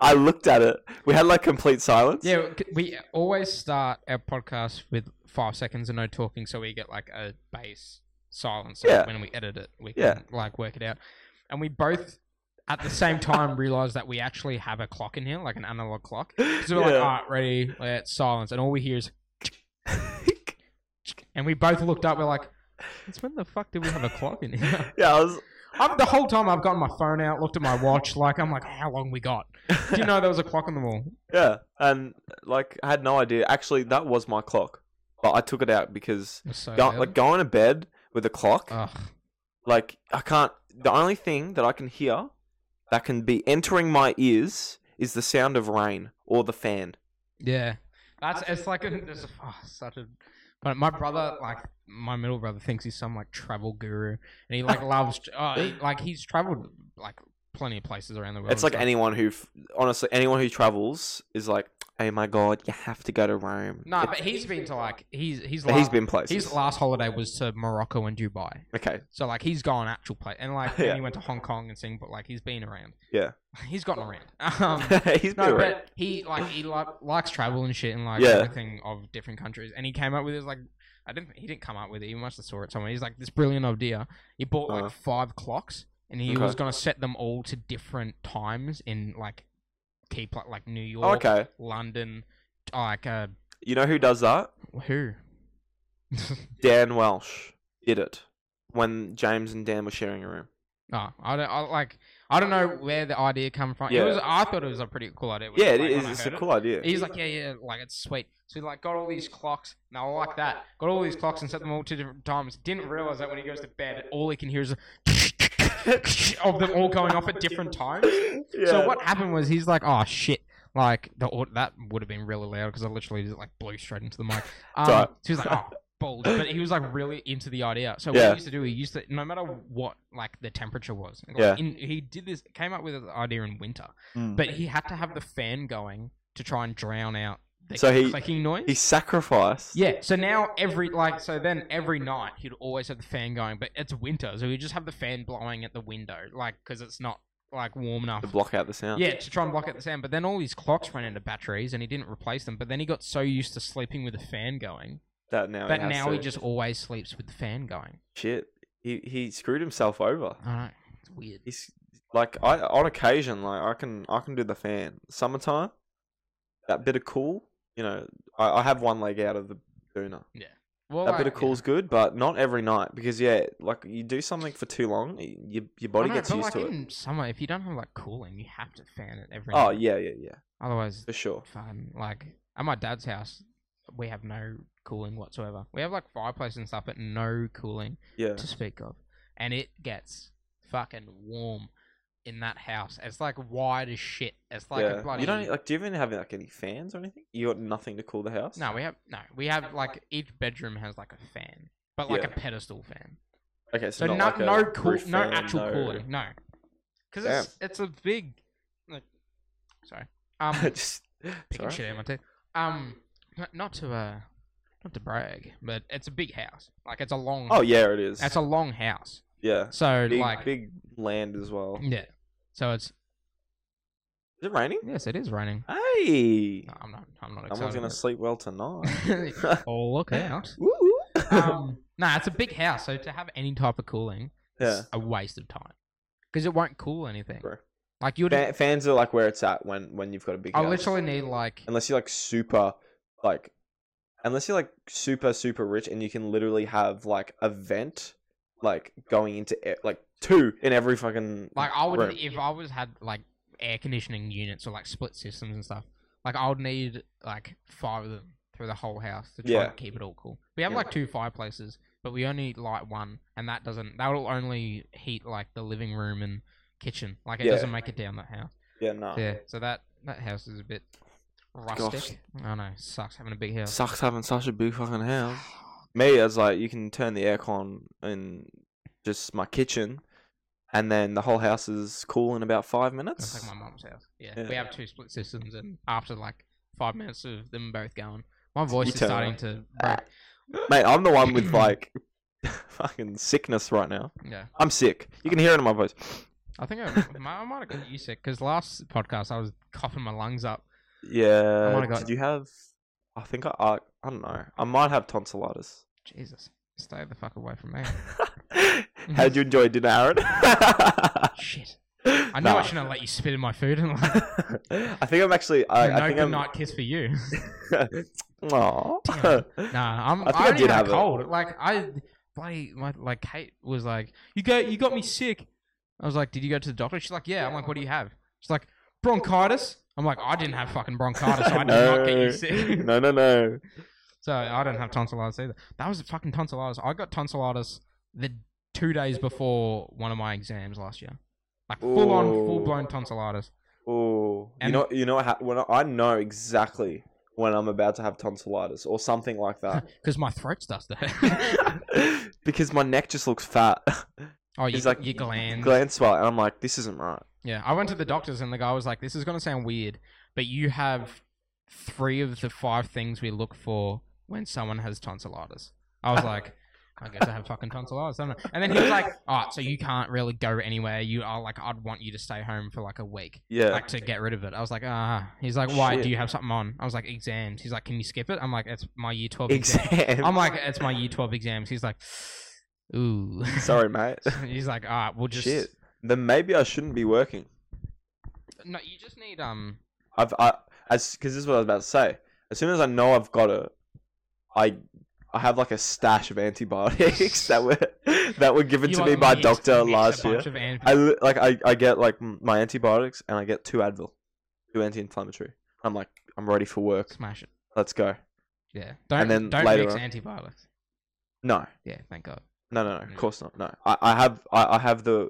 Speaker 1: I looked at it. We had like complete silence.
Speaker 2: Yeah, c- we always start our podcast with five seconds and no talking, so we get like a base silence. So
Speaker 1: Yeah.
Speaker 2: when we edit it, we can
Speaker 1: Yeah.
Speaker 2: like work it out. And we both at the same time realize that we actually have a clock in here, like an analog clock. So we're like,
Speaker 1: Yeah. <laughs>
Speaker 2: all right, ready, let's silence. And all we hear is, and we both looked up, we're like, it's when the fuck did we have a clock in here? <laughs>
Speaker 1: yeah. I was.
Speaker 2: I'm, the whole time I've gotten my phone out, looked at my watch, like, I'm like, how long we got? Do you know there was a clock on the wall?
Speaker 1: Yeah, and like I had no idea. Actually, that was my clock, but I took it out because
Speaker 2: It was so
Speaker 1: go,
Speaker 2: loud.
Speaker 1: like going to bed with a clock,
Speaker 2: Ugh.
Speaker 1: like I can't. The only thing that I can hear that can be entering my ears is the sound of rain or the fan.
Speaker 2: Yeah, that's it's like a, it's a- oh, such a. But my brother, like my middle brother, thinks he's some like travel guru, and he <laughs> like loves oh, he, like he's traveled like plenty of places around the world.
Speaker 1: It's like
Speaker 2: and
Speaker 1: anyone who, f- honestly, anyone who travels is like, oh my god, you have to go to Rome.
Speaker 2: No, but he's been to like he's he's
Speaker 1: But
Speaker 2: like
Speaker 1: he's been places.
Speaker 2: his last holiday was to Morocco and Dubai.
Speaker 1: okay, <laughs>
Speaker 2: So like he's gone actual place, and like
Speaker 1: Yeah.
Speaker 2: then he went to Hong Kong and thing, but like he's been around.
Speaker 1: Yeah.
Speaker 2: <laughs> he's gotten around. <laughs> Um,
Speaker 1: he's been
Speaker 2: no,
Speaker 1: around.
Speaker 2: but he like he li- likes travel and shit and like
Speaker 1: Yeah.
Speaker 2: everything of different countries, and he came up with this like I didn't he didn't come up with it. He must have saw it somewhere. He's like this brilliant idea. He bought like
Speaker 1: Uh-huh.
Speaker 2: five clocks, and he
Speaker 1: Okay.
Speaker 2: was gonna set them all to different times in like key pla- like New York,
Speaker 1: Oh, okay,
Speaker 2: London, like uh
Speaker 1: you know who does that?
Speaker 2: who. <laughs>
Speaker 1: Dan Welsh did it when James and Dan were sharing a room.
Speaker 2: No, Ah, I don't. I, like, I don't know where the idea come from.
Speaker 1: Yeah.
Speaker 2: It was. I thought it was a pretty cool idea. when-
Speaker 1: Yeah, it
Speaker 2: like,
Speaker 1: is.
Speaker 2: when I
Speaker 1: It's a
Speaker 2: heard it.
Speaker 1: cool idea. <laughs>
Speaker 2: He's like, yeah, yeah, like it's sweet. So he like got all these clocks, and I like that. Got all these clocks and set them all to different times. Didn't realize that when he goes to bed, all he can hear is a <laughs> of them all going off at different times.
Speaker 1: yeah.
Speaker 2: So what happened was he's like, oh shit. Like the, au- that would have been really loud because I literally just like blew straight into
Speaker 1: <laughs>
Speaker 2: the mic. Um,
Speaker 1: all right.
Speaker 2: So he was like, oh, bold. But he was like really into the idea. So what
Speaker 1: Yeah.
Speaker 2: he used to do, he used to, no matter what like the temperature was, like,
Speaker 1: Yeah.
Speaker 2: in, he did this, came up with the idea in winter.
Speaker 1: Mm.
Speaker 2: But he had to have the fan going to try and drown out the
Speaker 1: So he-
Speaker 2: clicking noise.
Speaker 1: He sacrificed.
Speaker 2: Yeah, so now every like so then every night he'd always have the fan going, but it's winter, so he'd just have the fan blowing at the window, like because it's not like warm enough.
Speaker 1: To block out the sound.
Speaker 2: Yeah, to try and block out the sound. But then all his clocks ran into batteries, and he didn't replace them. But then he got so used to sleeping with the fan going
Speaker 1: That now.
Speaker 2: that
Speaker 1: Oh, he has
Speaker 2: now
Speaker 1: to.
Speaker 2: he just always sleeps with the fan going.
Speaker 1: shit. He he screwed himself over.
Speaker 2: I don't know. It's weird.
Speaker 1: He's like I on occasion like I can I can do the fan summertime. That bit of cool, you know, I, I have one leg out of the doona.
Speaker 2: Well,
Speaker 1: That
Speaker 2: like,
Speaker 1: bit of cool's good, but not every night because yeah, like you do something for too long, y- your your
Speaker 2: yeah. I
Speaker 1: body
Speaker 2: know,
Speaker 1: gets
Speaker 2: but,
Speaker 1: used
Speaker 2: like,
Speaker 1: to it.
Speaker 2: in summer, if you don't have like cooling, you have to fan it every.
Speaker 1: Oh
Speaker 2: night.
Speaker 1: yeah, yeah, yeah,
Speaker 2: Otherwise,
Speaker 1: for sure.
Speaker 2: fun. Like at my dad's house, we have no cooling whatsoever. We have like fireplace and stuff, but no cooling
Speaker 1: Yeah,
Speaker 2: to speak of. And it gets fucking warm in that house. It's like wide as shit. It's like
Speaker 1: yeah.
Speaker 2: a bloody.
Speaker 1: You don't e, like. Do you even have like any fans or anything? You got nothing to cool the house.
Speaker 2: No, we have no. We have like each bedroom has like a fan, but like
Speaker 1: Yeah.
Speaker 2: a pedestal fan.
Speaker 1: Okay, so,
Speaker 2: So no,
Speaker 1: not like a
Speaker 2: no cool,
Speaker 1: roof
Speaker 2: no
Speaker 1: fan,
Speaker 2: actual
Speaker 1: no- <laughs>
Speaker 2: cooling, no. Because it's it's a big. like- sorry. Um,
Speaker 1: <laughs> Just it's
Speaker 2: picking
Speaker 1: alright.
Speaker 2: shit out of my teeth. Um, not, not to uh, not to brag, but it's a big house. Like it's a long.
Speaker 1: Oh yeah, it is.
Speaker 2: It's a long house.
Speaker 1: yeah,
Speaker 2: So
Speaker 1: big
Speaker 2: like, Mm.
Speaker 1: big land as well.
Speaker 2: yeah. So it's
Speaker 1: Is it raining?
Speaker 2: yes, it is raining.
Speaker 1: Hey,
Speaker 2: No, I'm not. I'm not
Speaker 1: someone's gonna
Speaker 2: excited.
Speaker 1: sleep well
Speaker 2: <laughs>
Speaker 1: tonight.
Speaker 2: Gonna...
Speaker 1: <laughs>
Speaker 2: oh, look out!
Speaker 1: Woo, woo.
Speaker 2: Um, no, it's a big house, so to have any type of cooling
Speaker 1: yeah,
Speaker 2: is a waste of time because it won't cool anything.
Speaker 1: bro.
Speaker 2: Like you'll. Just,
Speaker 1: Fa- fans are like where it's at when when you've got a big.
Speaker 2: I
Speaker 1: house.
Speaker 2: literally need like.
Speaker 1: unless you're like super like unless you're like super super rich and you can literally have like a vent like going into e- like two in every fucking
Speaker 2: Like I would
Speaker 1: room.
Speaker 2: if I was had like air conditioning units or like split systems and stuff. Like I would need like five of them through the whole house to try
Speaker 1: Yeah.
Speaker 2: and keep it all cool. We have
Speaker 1: Yeah.
Speaker 2: like two fireplaces, but we only light one, and that doesn't. That will only heat like the living room and kitchen. Like it
Speaker 1: Yeah. Ah.
Speaker 2: doesn't make it down that house.
Speaker 1: yeah no
Speaker 2: Yeah. So that that house is a bit rustic. I know. Sucks having a big house.
Speaker 1: sucks having such a big fucking house me as like you can turn the aircon in just my kitchen and then the whole house is cool in about five minutes
Speaker 2: That's like my mom's house. Yeah.
Speaker 1: Yeah.
Speaker 2: We have two split systems, and after like five minutes of them both going, my voice
Speaker 1: You
Speaker 2: is
Speaker 1: turn it
Speaker 2: starting
Speaker 1: on.
Speaker 2: to.
Speaker 1: Ah. mate i'm the one with like <laughs> fucking sickness right now
Speaker 2: Yeah.
Speaker 1: i'm sick you can hear it in my voice
Speaker 2: I think I, I might have got you sick because last podcast I was coughing my lungs up.
Speaker 1: Yeah.
Speaker 2: might have got-
Speaker 1: Did you have? I think I, I. I don't know. I might have
Speaker 2: <laughs>
Speaker 1: tonsillitis.
Speaker 2: Jesus, stay the fuck away from me.
Speaker 1: How'd you enjoy dinner, Aaron? I
Speaker 2: Shit,
Speaker 1: <laughs>
Speaker 2: I knew I shouldn't have let you spit in my food and like
Speaker 1: I think I'm actually. I,
Speaker 2: an
Speaker 1: I think
Speaker 2: open
Speaker 1: I'm.
Speaker 2: night kiss for you. <laughs>
Speaker 1: <laughs> Aw.
Speaker 2: Damn. nah, I'm.
Speaker 1: I
Speaker 2: I,
Speaker 1: think I
Speaker 2: only
Speaker 1: did
Speaker 2: had
Speaker 1: have
Speaker 2: a
Speaker 1: it.
Speaker 2: cold. Like I, bloody, my, like Kate was like, you go, you got me sick. I was like, did you go to the doctor? She's like, yeah. I'm like, what do you have? She's like, bronchitis. I'm like, I didn't have fucking bronchitis. So I did not get you sick. <laughs>
Speaker 1: <laughs> no, no, no.
Speaker 2: So I don't have tonsillitis either. That was fucking tonsillitis. I got tonsillitis the two days before one of my exams last year. Like full on,
Speaker 1: Ooh.
Speaker 2: full blown tonsillitis.
Speaker 1: Oh, you
Speaker 2: And-
Speaker 1: know, you know what hap- when I, I know exactly when I'm about to have tonsillitis or something like
Speaker 2: <laughs>
Speaker 1: that <laughs>
Speaker 2: Because my throat starts to hurt.
Speaker 1: because my neck just looks fat.
Speaker 2: <laughs>
Speaker 1: <laughs>
Speaker 2: oh, you,
Speaker 1: It's like
Speaker 2: your glands.
Speaker 1: Gland swell, and I'm like, this isn't right.
Speaker 2: yeah, I went to the doctors and the guy was like, this is going to sound weird, but you have three of the five things we look for when someone has tonsillitis. I was like, I guess I have fucking tonsillitis. Don't I? And then he was like, all right, so you can't really go anywhere. You are like, I'd want you to stay home for like a week,
Speaker 1: Yeah.
Speaker 2: like to get rid of it. I was like, ah. He's like, why?
Speaker 1: Shit.
Speaker 2: Do you have something on? I was like, exams. He's like, can you skip it? I'm like, it's my year 12 exam.
Speaker 1: <laughs> exam.
Speaker 2: I'm like, it's my year 12 exams. He's like, ooh. <laughs>
Speaker 1: Sorry, mate.
Speaker 2: He's like, all right, we'll just.
Speaker 1: Shit. Then maybe I shouldn't be working.
Speaker 2: No, you just need, um,
Speaker 1: I've I as because this is what I was about to say. As soon as I know I've got it, I I have like a stash of antibiotics <laughs> that were that were given
Speaker 2: you
Speaker 1: to
Speaker 2: like
Speaker 1: me by
Speaker 2: mixed-
Speaker 1: doctor
Speaker 2: mixed a
Speaker 1: last year.
Speaker 2: bunch of anti-
Speaker 1: I li- like I, I get like m- my antibiotics and I get two Advil, two anti-inflammatory. I'm like I'm ready for work.
Speaker 2: Smash it.
Speaker 1: Let's go.
Speaker 2: Yeah. Don't,
Speaker 1: then
Speaker 2: don't
Speaker 1: later
Speaker 2: mix
Speaker 1: on-
Speaker 2: antibiotics.
Speaker 1: No,
Speaker 2: Yeah, thank God.
Speaker 1: no, no, no.
Speaker 2: Mm.
Speaker 1: Of course not. No, I, I have I, I have the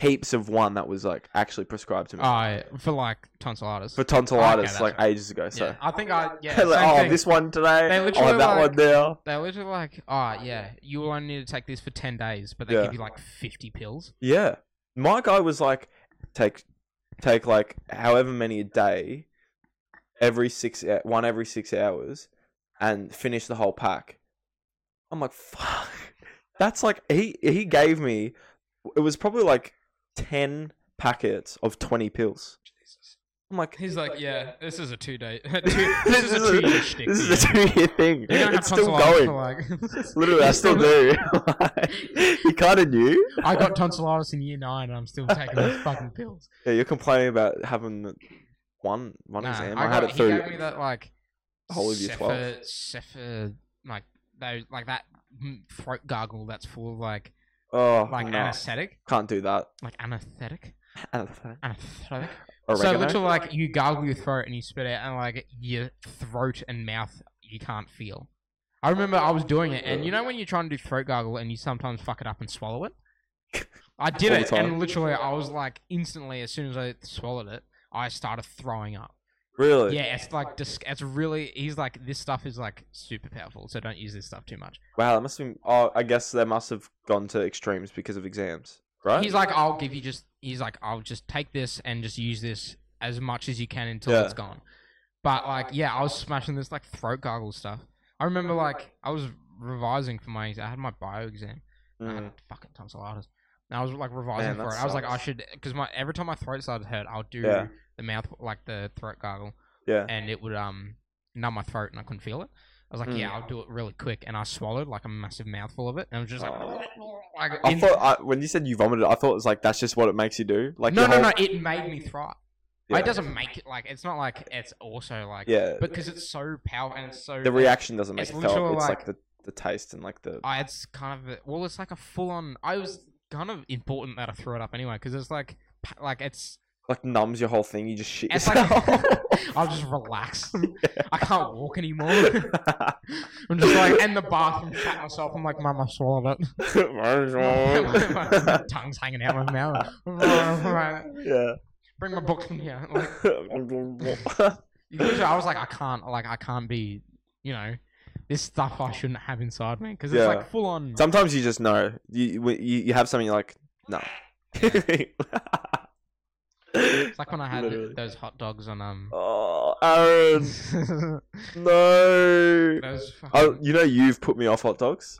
Speaker 1: heaps of one that was like actually prescribed to me
Speaker 2: I for like tonsillitis.
Speaker 1: for tonsillitis
Speaker 2: Ah, that's
Speaker 1: like
Speaker 2: right.
Speaker 1: ages ago. So
Speaker 2: yeah, I think I
Speaker 1: <laughs>
Speaker 2: yeah.
Speaker 1: Like,
Speaker 2: same
Speaker 1: oh
Speaker 2: thing.
Speaker 1: this one today,
Speaker 2: They
Speaker 1: oh
Speaker 2: literally
Speaker 1: that
Speaker 2: like-
Speaker 1: one there.
Speaker 2: They were just like, oh yeah, you will only need to take this for ten days, but they
Speaker 1: Yeah.
Speaker 2: give you like fifty pills.
Speaker 1: Yeah. My guy was like, take, take like however many a day, every six, hou- one every six hours, and finish the whole pack. I'm like, fuck. <laughs> That's like he he gave me. It was probably like ten packets of twenty pills. I'm like,
Speaker 2: He's like, yeah, this is a two
Speaker 1: <laughs>
Speaker 2: day. <laughs>
Speaker 1: this is a- This is a two year thing. It's still going. <laughs> Literally, I still do. <laughs> Like, he kind of knew.
Speaker 2: I got tonsillitis in year nine, and I'm still taking those fucking pills.
Speaker 1: <laughs> Yeah, you're complaining about having the one one
Speaker 2: Nah,
Speaker 1: exam.
Speaker 2: I,
Speaker 1: I,
Speaker 2: got,
Speaker 1: had it
Speaker 2: he
Speaker 1: through.
Speaker 2: gave me that like
Speaker 1: whole of year 12.
Speaker 2: Cepha, Cepha, like those, like that mm, throat gargle that's full of like
Speaker 1: oh,
Speaker 2: like
Speaker 1: no.
Speaker 2: anesthetic,
Speaker 1: can't do that.
Speaker 2: like anesthetic,
Speaker 1: Anesthetic.
Speaker 2: anesthetic. So
Speaker 1: Oregano.
Speaker 2: literally, like you gargle your throat and you spit it, and like your throat and mouth you can't feel. I remember I was doing it, and you know when you're trying to do throat gargle and you sometimes fuck it up and
Speaker 1: <laughs>
Speaker 2: swallow it. I did
Speaker 1: All the
Speaker 2: it,
Speaker 1: time.
Speaker 2: and literally I was like instantly as soon as I swallowed it, I started throwing up.
Speaker 1: really?
Speaker 2: Yeah, it's like dis- it's really. He's like this stuff is like super powerful, so don't use this stuff too much.
Speaker 1: Wow, that must have been. Oh, I guess they must have gone to extremes because of exams, right?
Speaker 2: He's like, I'll give you just. He's like, I'll just take this and just use this as much as you can until
Speaker 1: Yeah.
Speaker 2: it's gone. But like, yeah, I was smashing this like throat gargle stuff. I remember like I was revising for my. I had my bio exam. and I
Speaker 1: Mm.
Speaker 2: had fucking tonsillitis. And I was like
Speaker 1: Man,
Speaker 2: revising for it.
Speaker 1: that
Speaker 2: I was like, I
Speaker 1: sucks.
Speaker 2: should because my every time my throat started to hurt, I'll do
Speaker 1: Yeah.
Speaker 2: the mouth like the throat gargle.
Speaker 1: Yeah.
Speaker 2: and it would um numb my throat and I couldn't feel it. I was like,
Speaker 1: Mm.
Speaker 2: yeah, I'll do it really quick, and I swallowed like a massive mouthful of it, and I was just like, like
Speaker 1: I
Speaker 2: in-
Speaker 1: thought I, when you said you vomited, I thought it was like that's just what it makes you do. Like
Speaker 2: no,
Speaker 1: your
Speaker 2: no,
Speaker 1: whole-
Speaker 2: no, it made me throw up.
Speaker 1: Yeah.
Speaker 2: It doesn't make it like it's not like it's also like
Speaker 1: Yeah,
Speaker 2: because it's so powerful and it's so
Speaker 1: the reaction doesn't make
Speaker 2: it's
Speaker 1: it felt.
Speaker 2: literally
Speaker 1: It's like
Speaker 2: like-
Speaker 1: the the taste and like the.
Speaker 2: I, it's kind of a, well, it's like a full on. I was kind of important that I threw it up anyway because it's like pa- like it's
Speaker 1: like numbs your whole thing. You just shit
Speaker 2: It's
Speaker 1: yourself. <laughs>
Speaker 2: <laughs> like- I'm just relaxed. I can't walk anymore. <laughs> I'm just like in the bathroom, shat myself. I'm like, mum, I swallowed it.
Speaker 1: Oh.
Speaker 2: <laughs> my tongue's hanging out my <laughs> mouth.
Speaker 1: <laughs> yeah.
Speaker 2: Bring my book in here. Like,
Speaker 1: <laughs>
Speaker 2: <laughs> literally, I was like, I can't, like, I can't be, you know, this stuff I shouldn't have inside me because it's
Speaker 1: Yeah.
Speaker 2: like full on.
Speaker 1: Sometimes you just know. You you, you you have something you're like no. <laughs>
Speaker 2: It's like when I had
Speaker 1: Literally.
Speaker 2: those hot dogs on um.
Speaker 1: oh, Aaron, no.
Speaker 2: <laughs> those fucking...
Speaker 1: Oh, you know you've put me off hot dogs,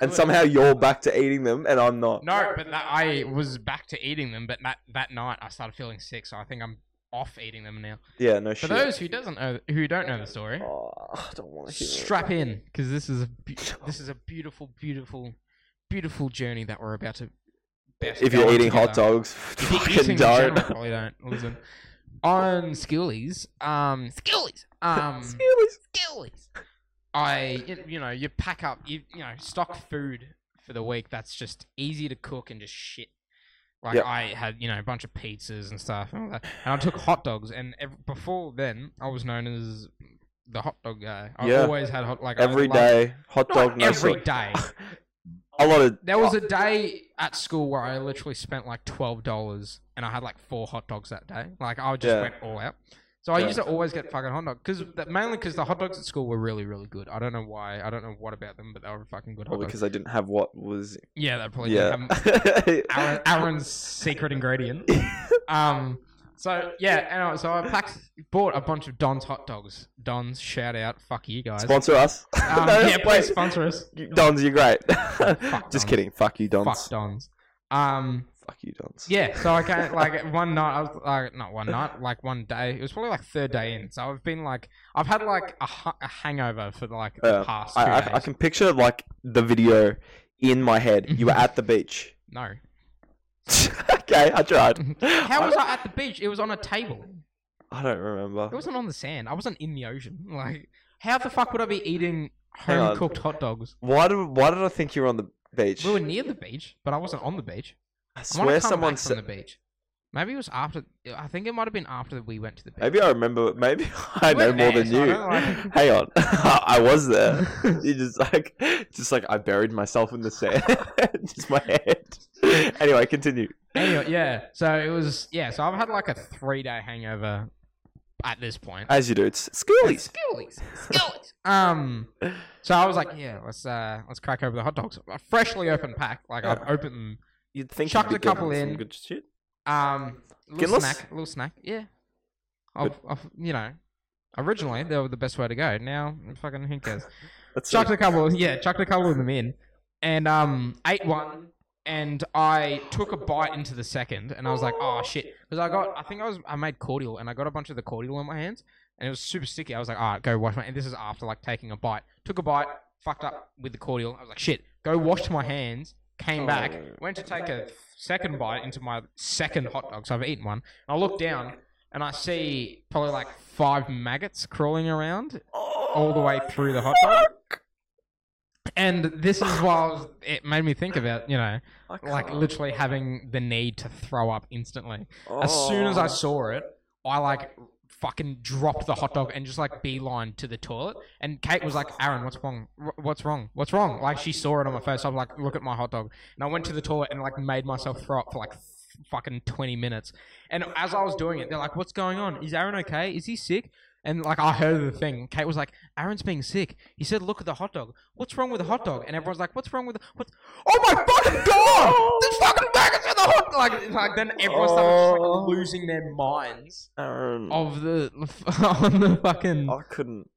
Speaker 1: and
Speaker 2: Good.
Speaker 1: somehow you're back to eating them, and I'm not.
Speaker 2: No, but that, I was back to eating them, but that, that night I started feeling sick, so I think I'm off eating them now.
Speaker 1: Yeah, no
Speaker 2: For
Speaker 1: shit.
Speaker 2: those who doesn't know, who don't know the story,
Speaker 1: Oh, I don't want to hear. it.
Speaker 2: strap in because this is a
Speaker 1: <sighs>
Speaker 2: bu- this is a beautiful, beautiful, beautiful journey that we're about to. best
Speaker 1: If
Speaker 2: go
Speaker 1: you're
Speaker 2: on
Speaker 1: eating hot
Speaker 2: together.
Speaker 1: dogs, <laughs>
Speaker 2: If you're
Speaker 1: fucking
Speaker 2: eating in
Speaker 1: <laughs>
Speaker 2: general,
Speaker 1: don't.
Speaker 2: probably don't listen. On Skillies, um, Skillies, um,
Speaker 1: Skillies.
Speaker 2: Skillies. I, you- you know, you pack up, you you know, stock food for the week. That's just easy to cook and just shit. Like
Speaker 1: Yep.
Speaker 2: I had, you know, a bunch of pizzas and stuff, and, all that. and I took hot dogs. And ev- before then, I was known as the hot dog guy. I
Speaker 1: Yeah.
Speaker 2: always had hot like I
Speaker 1: Every
Speaker 2: loved-
Speaker 1: day, hot
Speaker 2: Not
Speaker 1: dog, no
Speaker 2: every
Speaker 1: salt.
Speaker 2: day.
Speaker 1: A lot of
Speaker 2: There was a day at school where I literally spent like twelve dollars and I had like four hot dogs that day. Like I just
Speaker 1: Yeah.
Speaker 2: went all out. So I
Speaker 1: Yeah.
Speaker 2: used to always get fucking hot dogs because mainly because the hot dogs at school were really really good. I don't know why. I don't know what about them, but they were fucking good hot
Speaker 1: Probably
Speaker 2: dogs.
Speaker 1: because I didn't have what was.
Speaker 2: Yeah, that probably
Speaker 1: Yeah. <laughs>
Speaker 2: yeah. Aaron, Aaron's secret ingredient. Um, So yeah, anyway, so I packed, bought a bunch of Don's hot dogs. Don's shout out, fuck you guys.
Speaker 1: Sponsor us. <laughs>
Speaker 2: Um,
Speaker 1: No,
Speaker 2: yeah,
Speaker 1: wait.
Speaker 2: please sponsor us.
Speaker 1: Dons, you're great. <laughs>
Speaker 2: Dons.
Speaker 1: Just kidding. Fuck you, Dons.
Speaker 2: Fuck Don's. Um,
Speaker 1: Fuck you, Dons.
Speaker 2: Yeah, so I came like one night. I was like, not one night, like one day. It was probably like third day in. So I've been like, I've had like a, hu- a hangover for like the
Speaker 1: Yeah,
Speaker 2: past two
Speaker 1: I, I,
Speaker 2: days.
Speaker 1: I can picture like the video in my head.
Speaker 2: <laughs>
Speaker 1: You were at the beach. <laughs>
Speaker 2: No, <laughs>
Speaker 1: okay, I tried.
Speaker 2: how was I at the beach? It was on a table.
Speaker 1: I don't
Speaker 2: It
Speaker 1: remember.
Speaker 2: wasn't on the sand. I wasn't in the ocean. <laughs> Like, how the fuck would I be eating
Speaker 1: Hang
Speaker 2: home
Speaker 1: on.
Speaker 2: cooked hot dogs?
Speaker 1: Why did Why did I think you were on the beach?
Speaker 2: We were near the beach, but I wasn't on the beach.
Speaker 1: I
Speaker 2: I want
Speaker 1: swear
Speaker 2: to come
Speaker 1: someone
Speaker 2: back from
Speaker 1: said.
Speaker 2: the beach. Maybe it was after. I think it might have been after that we went to the beach.
Speaker 1: Maybe I remember. Maybe <laughs> I
Speaker 2: You
Speaker 1: know
Speaker 2: weren't
Speaker 1: more
Speaker 2: there,
Speaker 1: than
Speaker 2: so I
Speaker 1: you.
Speaker 2: don't
Speaker 1: <laughs>
Speaker 2: like-
Speaker 1: Hang on, I was
Speaker 2: <laughs>
Speaker 1: there. You just like, just like I buried myself in the sand, <laughs> just my
Speaker 2: <laughs>
Speaker 1: head. Anyway, continue.
Speaker 2: anyway, yeah. So it was yeah. So I've had like a three day hangover at this point.
Speaker 1: As you do, it's schoolies.
Speaker 2: Skillies, skillies. um, so I was like, yeah, let's uh, let's crack over the hot dogs. A freshly opened pack, like I've
Speaker 1: Yeah.
Speaker 2: opened them.
Speaker 1: You'd think
Speaker 2: Chuck
Speaker 1: you'd be
Speaker 2: the couple
Speaker 1: getting some
Speaker 2: in.
Speaker 1: Good shit.
Speaker 2: Um,
Speaker 1: Get
Speaker 2: little
Speaker 1: lost.
Speaker 2: snack, little snack. Yeah, I've, I've, you know, originally they were the best way to go. Now, fucking who cares?
Speaker 1: That's
Speaker 2: chucked a couple, yeah, chucked a couple of them in, and um, ate one, and I took a bite into the second, and I was like, oh shit, because I got, I think I was, I made cordial, and I got a bunch of the cordial on my hands, and it was super sticky. I was like, all right, go wash my, and this is after like taking a bite, took a bite, fucked up with the cordial. I was like, shit, go wash my hands. Came back, went to take a second bite into my second hot dog. So I've eaten one. I look down and I see probably like five maggots crawling around
Speaker 1: Oh,
Speaker 2: all the way through the hot dog. And this is why I was, it made me think about, you know, like literally having the need to throw up instantly. As
Speaker 1: Oh,
Speaker 2: soon as I saw it, I like fucking dropped the hot dog and just like beeline to the toilet. And Kate was like, Aaron, what's wrong? Wh- What's wrong? What's wrong? Like she saw it on my face. I was like, look at my hot dog. And I went to the toilet and like made myself throw up for like fucking 20 minutes. And as I was doing it, they're like, what's going on? Is Aaron okay? Is he sick? And like I heard the thing, Kate was like, "Aaron's being sick." He said, "Look at the hot dog. What's wrong with the hot dog?" And everyone's like, "What's wrong with the what?" Oh my fucking god! There's fucking maggots in the hot like like then everyone started just,
Speaker 1: Oh.
Speaker 2: like losing their minds
Speaker 1: Aaron,
Speaker 2: of the <laughs> on the fucking.
Speaker 1: I couldn't.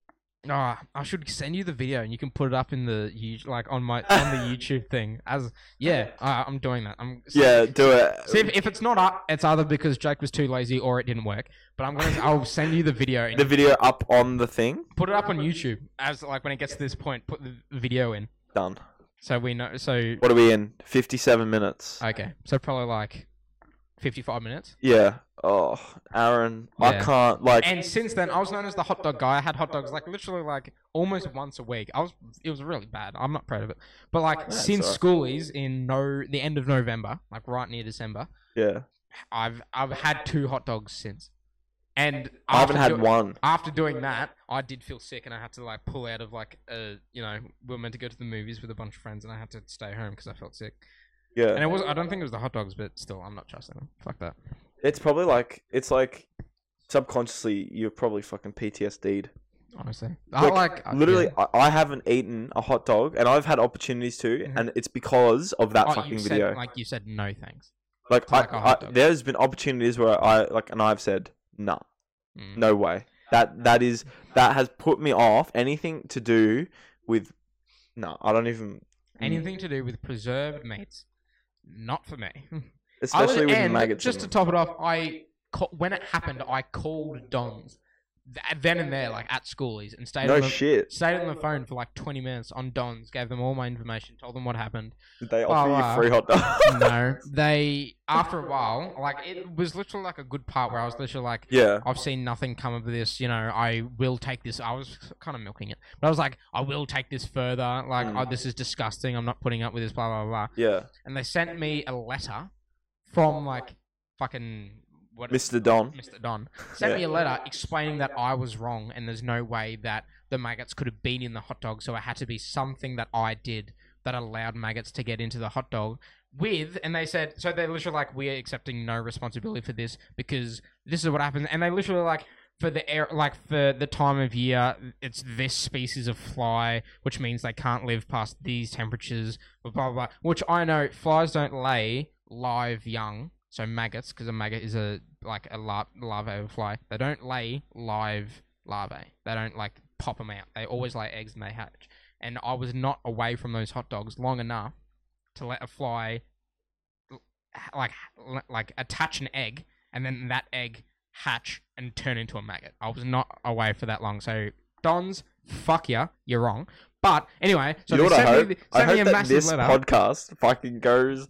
Speaker 2: Ah, I should send you the video and you can put it up in the you- like on my on
Speaker 1: <laughs>
Speaker 2: the YouTube thing as yeah. I, I'm doing that. I'm
Speaker 1: Yeah, do it.
Speaker 2: See if, if it's not up, it's either because Jake was too lazy or it didn't work. But I'm gonna I'll send you the video and
Speaker 1: the video up on the thing.
Speaker 2: put it up on YouTube as like when it gets to this point, put the video in
Speaker 1: Done.
Speaker 2: so we know. So
Speaker 1: What are we in? Fifty-seven minutes.
Speaker 2: okay, so probably like fifty-five minutes.
Speaker 1: yeah. Oh, Aaron, I
Speaker 2: Yeah.
Speaker 1: can't. Like,
Speaker 2: And since then, I was known as the hot dog guy. I had hot dogs like literally like almost once a week. I was it was really bad. I'm not proud of it. But like
Speaker 1: it's
Speaker 2: since
Speaker 1: alright.
Speaker 2: schoolies in no the end of November, like right near December,
Speaker 1: yeah,
Speaker 2: I've I've had two hot dogs since, and
Speaker 1: I haven't
Speaker 2: after
Speaker 1: had
Speaker 2: do-
Speaker 1: one.
Speaker 2: after doing that, I did feel sick and I had to like pull out of like a you know we were meant to go to the movies with a bunch of friends and I had to stay home because I felt sick.
Speaker 1: Yeah,
Speaker 2: And it was I don't think it was the hot dogs, but still I'm not trusting them. Fuck that.
Speaker 1: it's probably like it's like subconsciously you're probably fucking PTSD'd.
Speaker 2: Honestly, I like I-
Speaker 1: Literally,
Speaker 2: yeah.
Speaker 1: I, I haven't eaten a hot dog, and I've had opportunities to,
Speaker 2: Mhm.
Speaker 1: and it's because of that
Speaker 2: Oh, you
Speaker 1: fucking
Speaker 2: said-
Speaker 1: video.
Speaker 2: like you said, no thanks.
Speaker 1: like,
Speaker 2: to like a
Speaker 1: I,
Speaker 2: hot
Speaker 1: I,
Speaker 2: dog.
Speaker 1: there's been opportunities where I like, and I've said, nah,
Speaker 2: Mm.
Speaker 1: no way. That that is that has put me off anything to do with. No, I don't even.
Speaker 2: Anything to do with preserved meats, not for me. <laughs> I was-
Speaker 1: Especially with
Speaker 2: and
Speaker 1: maggots.
Speaker 2: Just
Speaker 1: in
Speaker 2: to
Speaker 1: them.
Speaker 2: top it off, I ca- when it happened, I called Don's th- then and there, like at schoolies, and stayed.
Speaker 1: no
Speaker 2: on the,
Speaker 1: shit.
Speaker 2: Stayed on the phone for like 20 minutes on Don's, gave them all my information, told them what happened.
Speaker 1: Did they offer
Speaker 2: Oh,
Speaker 1: you
Speaker 2: wow.
Speaker 1: free hot dog? <laughs>
Speaker 2: No, they, after a while, like it was literally like a good part where I was literally like,
Speaker 1: yeah.
Speaker 2: I've seen nothing come of this, you know, I will take this. I was kind of milking it, but I was like, I will take this further. Like,
Speaker 1: Mm.
Speaker 2: oh, this is disgusting. I'm not putting up with this, blah, blah, blah.
Speaker 1: Yeah.
Speaker 2: And they sent me a letter from like fucking. What,
Speaker 1: Mr. Don.
Speaker 2: Mr.
Speaker 1: <laughs>
Speaker 2: Don sent
Speaker 1: Yeah.
Speaker 2: me a letter explaining that I was wrong and there's no way that the maggots could have been in the hot dog, so it had to be something that I did that allowed maggots to get into the hot dog. With and they said so they're literally like we're accepting no responsibility for this because this is what happens and they literally like for the air like for the time of year it's this species of fly which means they can't live past these temperatures blah blah blah which I know flies don't lay live young So maggots, because a maggot is a like a lar- larva of a fly. They don't lay live larvae. They don't like pop them out. They always lay eggs and they hatch. And I was not away from those hot dogs long enough to let a fly l- ha- like l- like attach an egg and then that egg hatch and turn into a maggot. I was not away for that long. So Don's fuck ya, you're wrong. But anyway, so
Speaker 1: you know
Speaker 2: they
Speaker 1: what I
Speaker 2: sent
Speaker 1: hope?
Speaker 2: me, th-
Speaker 1: I
Speaker 2: sent me
Speaker 1: hope
Speaker 2: a
Speaker 1: that
Speaker 2: massive
Speaker 1: this
Speaker 2: letter.
Speaker 1: podcast fucking goes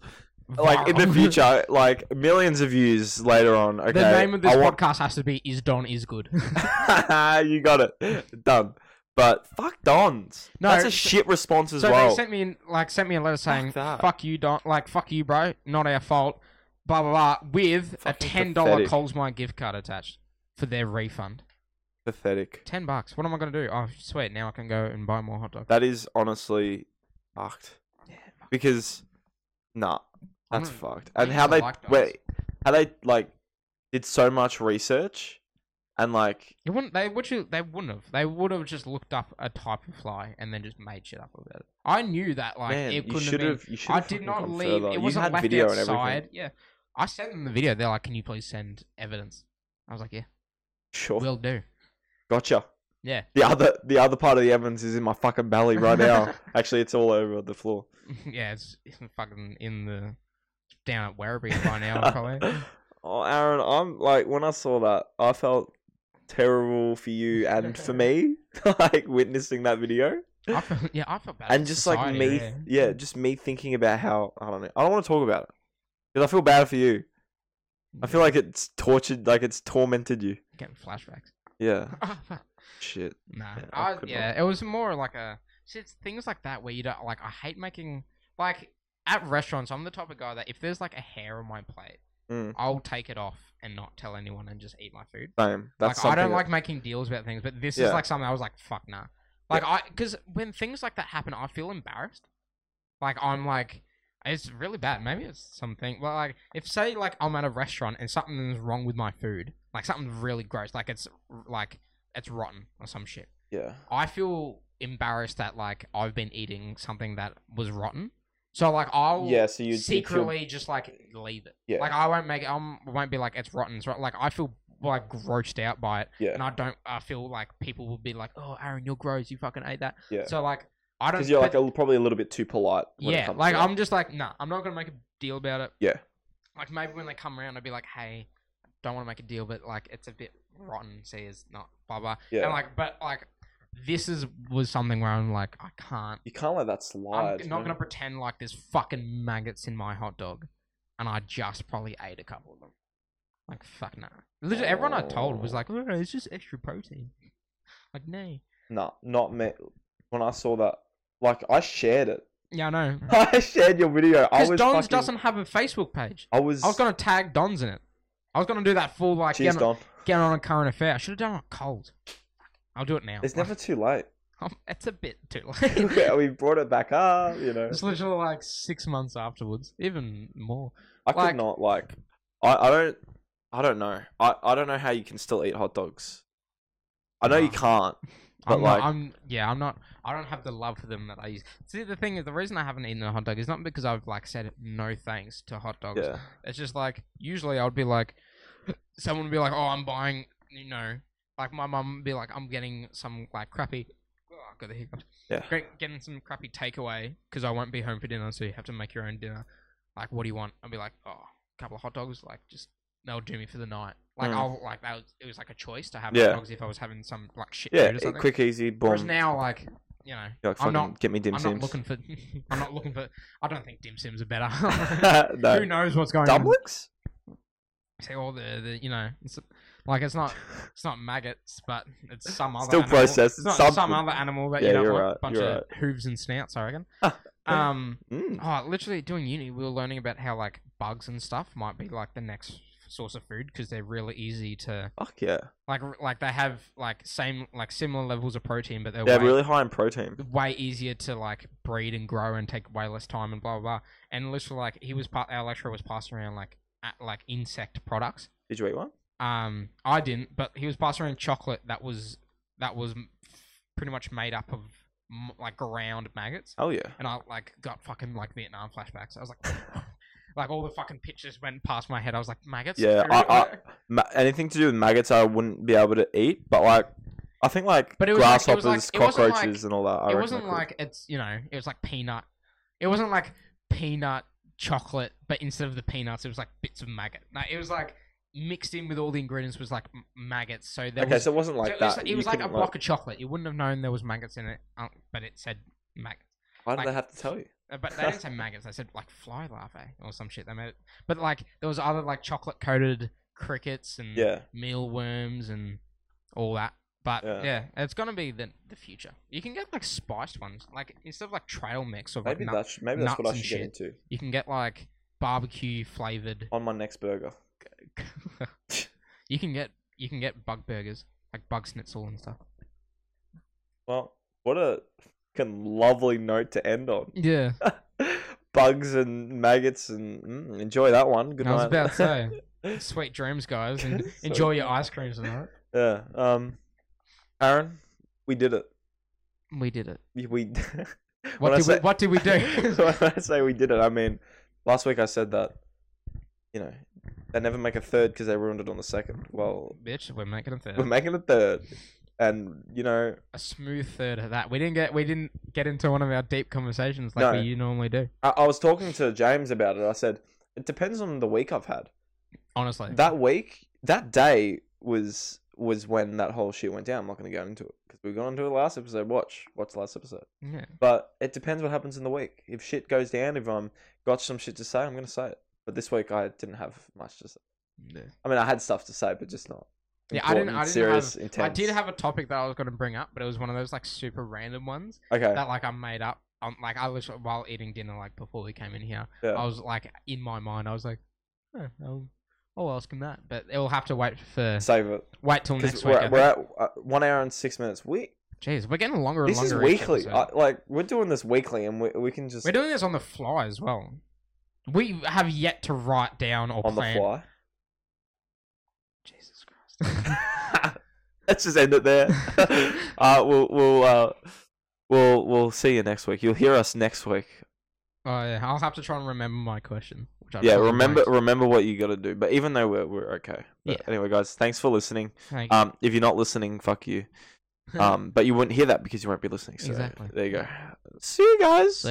Speaker 1: like in the
Speaker 2: Viral.
Speaker 1: future, like millions of views later on. Okay,
Speaker 2: <laughs> The name of this
Speaker 1: I want-
Speaker 2: podcast has to be "Is Don
Speaker 1: <laughs>
Speaker 2: Is Good."
Speaker 1: you got it done. But fuck Don's.
Speaker 2: No,
Speaker 1: that's a
Speaker 2: so-
Speaker 1: shit response as
Speaker 2: so
Speaker 1: well.
Speaker 2: they sent me in, like sent me a letter saying,
Speaker 1: that.
Speaker 2: "Fuck you, Don. Like fuck you, bro. Not our fault." Blah blah blah. With
Speaker 1: Fucking
Speaker 2: a ten dollar
Speaker 1: pathetic.
Speaker 2: Coles My gift card attached for their refund.
Speaker 1: Pathetic.
Speaker 2: Ten bucks. What am I gonna do? Oh sweet, now I can go and buy more hot dogs.
Speaker 1: That is honestly fucked.
Speaker 2: Yeah, fuck.
Speaker 1: Because nah,
Speaker 2: I'm
Speaker 1: that's
Speaker 2: not-
Speaker 1: fucked.
Speaker 2: Hmm. I
Speaker 1: And
Speaker 2: used
Speaker 1: how
Speaker 2: to
Speaker 1: they
Speaker 2: like Don's.
Speaker 1: wait, how they like did so much research and like
Speaker 2: It wouldn't. They would. you- They wouldn't have. They would have just looked up a type of fly and then just made shit up about it. I knew that. Like
Speaker 1: man,
Speaker 2: it
Speaker 1: you
Speaker 2: couldn't
Speaker 1: should
Speaker 2: been-
Speaker 1: have. You should
Speaker 2: I
Speaker 1: have
Speaker 2: did
Speaker 1: fucking
Speaker 2: not
Speaker 1: gone
Speaker 2: leave.
Speaker 1: further.
Speaker 2: it
Speaker 1: You
Speaker 2: wasn't
Speaker 1: had
Speaker 2: left
Speaker 1: video and everything.
Speaker 2: outside. yeah, I sent them the video. They're like, "Can you please send evidence?" I was like, "Yeah,
Speaker 1: Sure,
Speaker 2: will do."
Speaker 1: gotcha.
Speaker 2: Yeah,
Speaker 1: The other, the other part of the evidence is in my fucking
Speaker 2: <laughs>
Speaker 1: belly right now. Actually, it's all over the floor.
Speaker 2: yeah. It's, <laughs> it's fucking in the down at Werribee
Speaker 1: <laughs>
Speaker 2: by now, probably.
Speaker 1: oh, Aaron, I'm like when I saw that, I felt terrible for you and for me, <laughs> like witnessing that video.
Speaker 2: I felt, yeah, I felt bad.
Speaker 1: and
Speaker 2: for
Speaker 1: just
Speaker 2: society,
Speaker 1: <laughs>
Speaker 2: eh?
Speaker 1: like me,
Speaker 2: yeah.
Speaker 1: yeah. just me thinking about how I don't know. I don't want to talk about it because I feel bad for you. I feel like it's tortured, like it's tormented you.
Speaker 2: getting
Speaker 1: <laughs>
Speaker 2: flashbacks. <laughs>
Speaker 1: Yeah,
Speaker 2: Oh, fuck.
Speaker 1: shit.
Speaker 2: Nah,
Speaker 1: Yeah, I
Speaker 2: I,
Speaker 1: could
Speaker 2: yeah, it was more like a see, it's things like that where you don't like. I hate making like at restaurants. I'm the type of guy that if there's like a hair on my plate,
Speaker 1: Mm.
Speaker 2: I'll take it off and not tell anyone and just eat my food.
Speaker 1: Same. That's
Speaker 2: like I
Speaker 1: something.
Speaker 2: don't
Speaker 1: that-
Speaker 2: like making deals about things, but this
Speaker 1: Yeah.
Speaker 2: is like something I was like, fuck nah. Like I, because when things like that happen, I feel embarrassed. Like I'm like, it's really bad. Maybe it's something. Well, like if say like I'm at a restaurant and something's wrong with my food, like something's really gross, like it's like it's rotten or some shit.
Speaker 1: Yeah.
Speaker 2: I feel embarrassed that like I've been eating something that was rotten. So like I'll
Speaker 1: Yeah. So you
Speaker 2: secretly just like leave it.
Speaker 1: Yeah.
Speaker 2: Like I won't make it. I won't be like it's rotten. It's rotten. Like I feel like grossed out by it,
Speaker 1: yeah.
Speaker 2: and I don't. I feel like people will be like, "Oh, Aaron, you're gross. You fucking ate that."
Speaker 1: Yeah.
Speaker 2: So like I don't.
Speaker 1: Because you're like
Speaker 2: but-
Speaker 1: a, probably a little bit too polite. When it
Speaker 2: yeah.
Speaker 1: comes
Speaker 2: Like
Speaker 1: to
Speaker 2: I'm just like nah. I'm not gonna make a deal about it.
Speaker 1: Yeah.
Speaker 2: Like maybe when they come around, I'll be like, "Hey, don't want to make a deal, but like it's a bit rotten. See, it's not blah blah."
Speaker 1: that. yeah.
Speaker 2: And like, but like. This is was something where I'm like, I can't.
Speaker 1: you can't let that
Speaker 2: I'm
Speaker 1: slide.
Speaker 2: not
Speaker 1: man.
Speaker 2: gonna pretend like there's fucking maggots in my hot dog, and I just probably ate a couple of them. Like fuck no. Literally, everyone I told was
Speaker 1: Oh.
Speaker 2: like, "Oh, it's just extra protein." Like no.
Speaker 1: No, not me. When I saw that, like I shared it. <laughs>
Speaker 2: Yeah, I know.
Speaker 1: I shared your video. I
Speaker 2: Because
Speaker 1: was
Speaker 2: Don's
Speaker 1: fucking-
Speaker 2: doesn't have a Facebook page.
Speaker 1: I was.
Speaker 2: I was gonna tag Don's in it. I was gonna do that full like
Speaker 1: Cheers,
Speaker 2: get on,
Speaker 1: Don.
Speaker 2: get on a current affair. I should have done it on cold. I'll do it now.
Speaker 1: It's never too late.
Speaker 2: <laughs>
Speaker 1: <laughs>
Speaker 2: it's a bit too late.
Speaker 1: we brought it back up. You know.
Speaker 2: it's literally like six months afterwards, even more.
Speaker 1: I could
Speaker 2: Like-
Speaker 1: not like. I, I don't. I don't know. I, I don't know how you can still eat hot dogs. I know you
Speaker 2: Nah. <laughs>
Speaker 1: can't. But,
Speaker 2: I'm
Speaker 1: like-
Speaker 2: not, I'm yeah, I'm not. I don't have the love for them that I used. See, the thing is, the reason I haven't eaten a hot dog is not because I've like said no thanks to hot dogs.
Speaker 1: Yeah.
Speaker 2: It's just like usually I would be like, <clears throat> someone would be like, oh, I'm buying, you know, like my mum would be like, I'm getting some like crappy. Oh, I've got the hiccups.
Speaker 1: Yeah.
Speaker 2: Get- Getting some crappy takeaway because I won't be home for dinner, so you have to make your own dinner. Like, what do you want? I'll be like, oh, a couple of hot dogs. Like, just they'll do me for the night. Like,
Speaker 1: Mm.
Speaker 2: I'll like that. Was, it was like a choice to have
Speaker 1: Yeah.
Speaker 2: hot dogs if I was having some like shit
Speaker 1: Yeah.
Speaker 2: food or
Speaker 1: eat
Speaker 2: something.
Speaker 1: quick, easy,
Speaker 2: Whereas
Speaker 1: boom.
Speaker 2: now, like you know,
Speaker 1: You're like, fucking
Speaker 2: I'm not-
Speaker 1: get me dim
Speaker 2: I'm
Speaker 1: sims. <laughs>
Speaker 2: not looking for. <laughs> I'm not looking for. I don't think dim sims are better. <laughs> Who <laughs>
Speaker 1: no.
Speaker 2: knows what's going on?
Speaker 1: Dumplings?
Speaker 2: See all the, the you know, it's like
Speaker 1: <laughs>
Speaker 2: it's not it's not maggots, but it's some other
Speaker 1: Still
Speaker 2: animal.
Speaker 1: processed,
Speaker 2: It's not
Speaker 1: something.
Speaker 2: some other animal that
Speaker 1: Yeah,
Speaker 2: you don't
Speaker 1: you're
Speaker 2: want.
Speaker 1: right,
Speaker 2: Bunch
Speaker 1: you're
Speaker 2: of hooves and snouts,
Speaker 1: <laughs>
Speaker 2: I reckon. um,
Speaker 1: Mm.
Speaker 2: oh, literally doing uni, we were learning about how like bugs and stuff might be like the next source of food because they're really easy to
Speaker 1: Fuck yeah.
Speaker 2: like r- like they have like same like similar levels of protein, but they're
Speaker 1: Yeah,
Speaker 2: way
Speaker 1: really high in protein.
Speaker 2: way easier to like breed and grow and take way less time and blah blah blah. And literally, like he was part our lecturer was passing around like at, like insect products.
Speaker 1: Did you eat one?
Speaker 2: Um, I didn't, but he was passing around chocolate that was that was m- pretty much made up of m- like ground maggots.
Speaker 1: Hell yeah.
Speaker 2: And I like <laughs> got fucking like Vietnam flashbacks. I was like, Like all the fucking pictures went past my head. I was like, maggots.
Speaker 1: Yeah, I- I-
Speaker 2: everywhere."
Speaker 1: Ma- anything to do with maggots, I wouldn't be able to eat. But like, I think like
Speaker 2: But it was like- it
Speaker 1: grasshoppers,
Speaker 2: was like- it wasn't like-
Speaker 1: cockroaches, and all that. I
Speaker 2: it
Speaker 1: reckon I
Speaker 2: wasn't
Speaker 1: could.
Speaker 2: like it's you know it was like peanut. It wasn't like peanut chocolate, but instead of the peanuts, it was like bits of maggot. Like it was like mixed in with all the ingredients was like m- maggots. So there
Speaker 1: okay,
Speaker 2: was,
Speaker 1: so it wasn't like
Speaker 2: so it was,
Speaker 1: that.
Speaker 2: it
Speaker 1: You
Speaker 2: was like a
Speaker 1: couldn't,
Speaker 2: block of chocolate. You wouldn't have known there was maggots in it, uh, but it said maggots.
Speaker 1: Why did
Speaker 2: like-
Speaker 1: I have to tell you?
Speaker 2: Uh, But they didn't say maggots. They said like fly larvae or some shit. They made it, but like there was other like chocolate coated crickets and
Speaker 1: Yeah,
Speaker 2: mealworms and all that. But yeah.
Speaker 1: Yeah.
Speaker 2: it's gonna be the the future. You can get like spiced ones, like instead of like trail mix of like,
Speaker 1: maybe
Speaker 2: nut-
Speaker 1: that's maybe that's what I
Speaker 2: nuts and
Speaker 1: should get
Speaker 2: shit.
Speaker 1: into
Speaker 2: you can get like barbecue flavored. <laughs>
Speaker 1: on my next burger.
Speaker 2: you can get you can get bug burgers, like bug schnitzel and stuff.
Speaker 1: Well, what a fucking lovely note to end on. <laughs>
Speaker 2: Yeah,
Speaker 1: Bugs and maggots and mm, enjoy that one. Good
Speaker 2: I was
Speaker 1: night.
Speaker 2: about to say sweet dreams, guys, and enjoy your ice creams and all.
Speaker 1: <laughs> yeah. Um, Aaron, we did it.
Speaker 2: that. We did it.
Speaker 1: We- We. <laughs> when
Speaker 2: What
Speaker 1: I
Speaker 2: did we?
Speaker 1: say-
Speaker 2: What did we do?
Speaker 1: <laughs> when I say we did it, I mean last week I said that you know they never make a third because they ruined it on the second. Well,
Speaker 2: <laughs> Bitch, we're making a third.
Speaker 1: we're making a third, and you know
Speaker 2: a smooth third of that. We didn't get we didn't get into one of our deep conversations like
Speaker 1: No.
Speaker 2: we you normally do.
Speaker 1: I, I was talking to James about it. I said it depends on the week I've had.
Speaker 2: Honestly,
Speaker 1: That week, that day was was when that whole shit went down. I'm not going to go into it because we got into it last episode. Watch, watch the last episode.
Speaker 2: yeah.
Speaker 1: But it depends what happens in the week. If shit goes down, if I'm got some shit to say, I'm going to say it. But this week I didn't have much to say.
Speaker 2: yeah.
Speaker 1: I mean, I had stuff to say, but just not.
Speaker 2: Yeah, I didn't-
Speaker 1: important,
Speaker 2: I didn't
Speaker 1: serious,
Speaker 2: I
Speaker 1: intense.
Speaker 2: did have a topic that I was going to bring up, but it was one of those like super random ones
Speaker 1: Okay.
Speaker 2: that like I made up. Um, like I was while eating dinner, like before we came in here,
Speaker 1: yeah.
Speaker 2: I was like in my mind, I was like, oh, I'll, I'll ask him that, but it will have to wait for
Speaker 1: Save it
Speaker 2: wait till
Speaker 1: because
Speaker 2: next
Speaker 1: we're,
Speaker 2: week.
Speaker 1: at- we're at uh, one hour and six minutes. We
Speaker 2: Jeez, we're getting longer and
Speaker 1: this is
Speaker 2: longer. each
Speaker 1: weekly.
Speaker 2: episode.
Speaker 1: I, like we're doing this weekly, and we we can just
Speaker 2: we're doing this on the fly as well. We have yet to write down or
Speaker 1: on the
Speaker 2: plan.
Speaker 1: fly.
Speaker 2: Jesus Christ. <laughs>
Speaker 1: <laughs> Let's just end it there. uh, we'll we'll uh, we'll we'll see you next week. You'll hear us next week.
Speaker 2: Oh yeah, I'll have to try and remember my question. Which I
Speaker 1: yeah.
Speaker 2: probably
Speaker 1: Remember
Speaker 2: won't.
Speaker 1: remember what you got to do. But even though we're we're okay. But
Speaker 2: Yeah.
Speaker 1: Anyway, guys, thanks for listening.
Speaker 2: Thank you.
Speaker 1: Um, if you're not listening, fuck
Speaker 2: <laughs>
Speaker 1: you. Um, but you wouldn't hear that because you won't be listening. So
Speaker 2: Exactly.
Speaker 1: there you go. See you guys.
Speaker 2: See ya.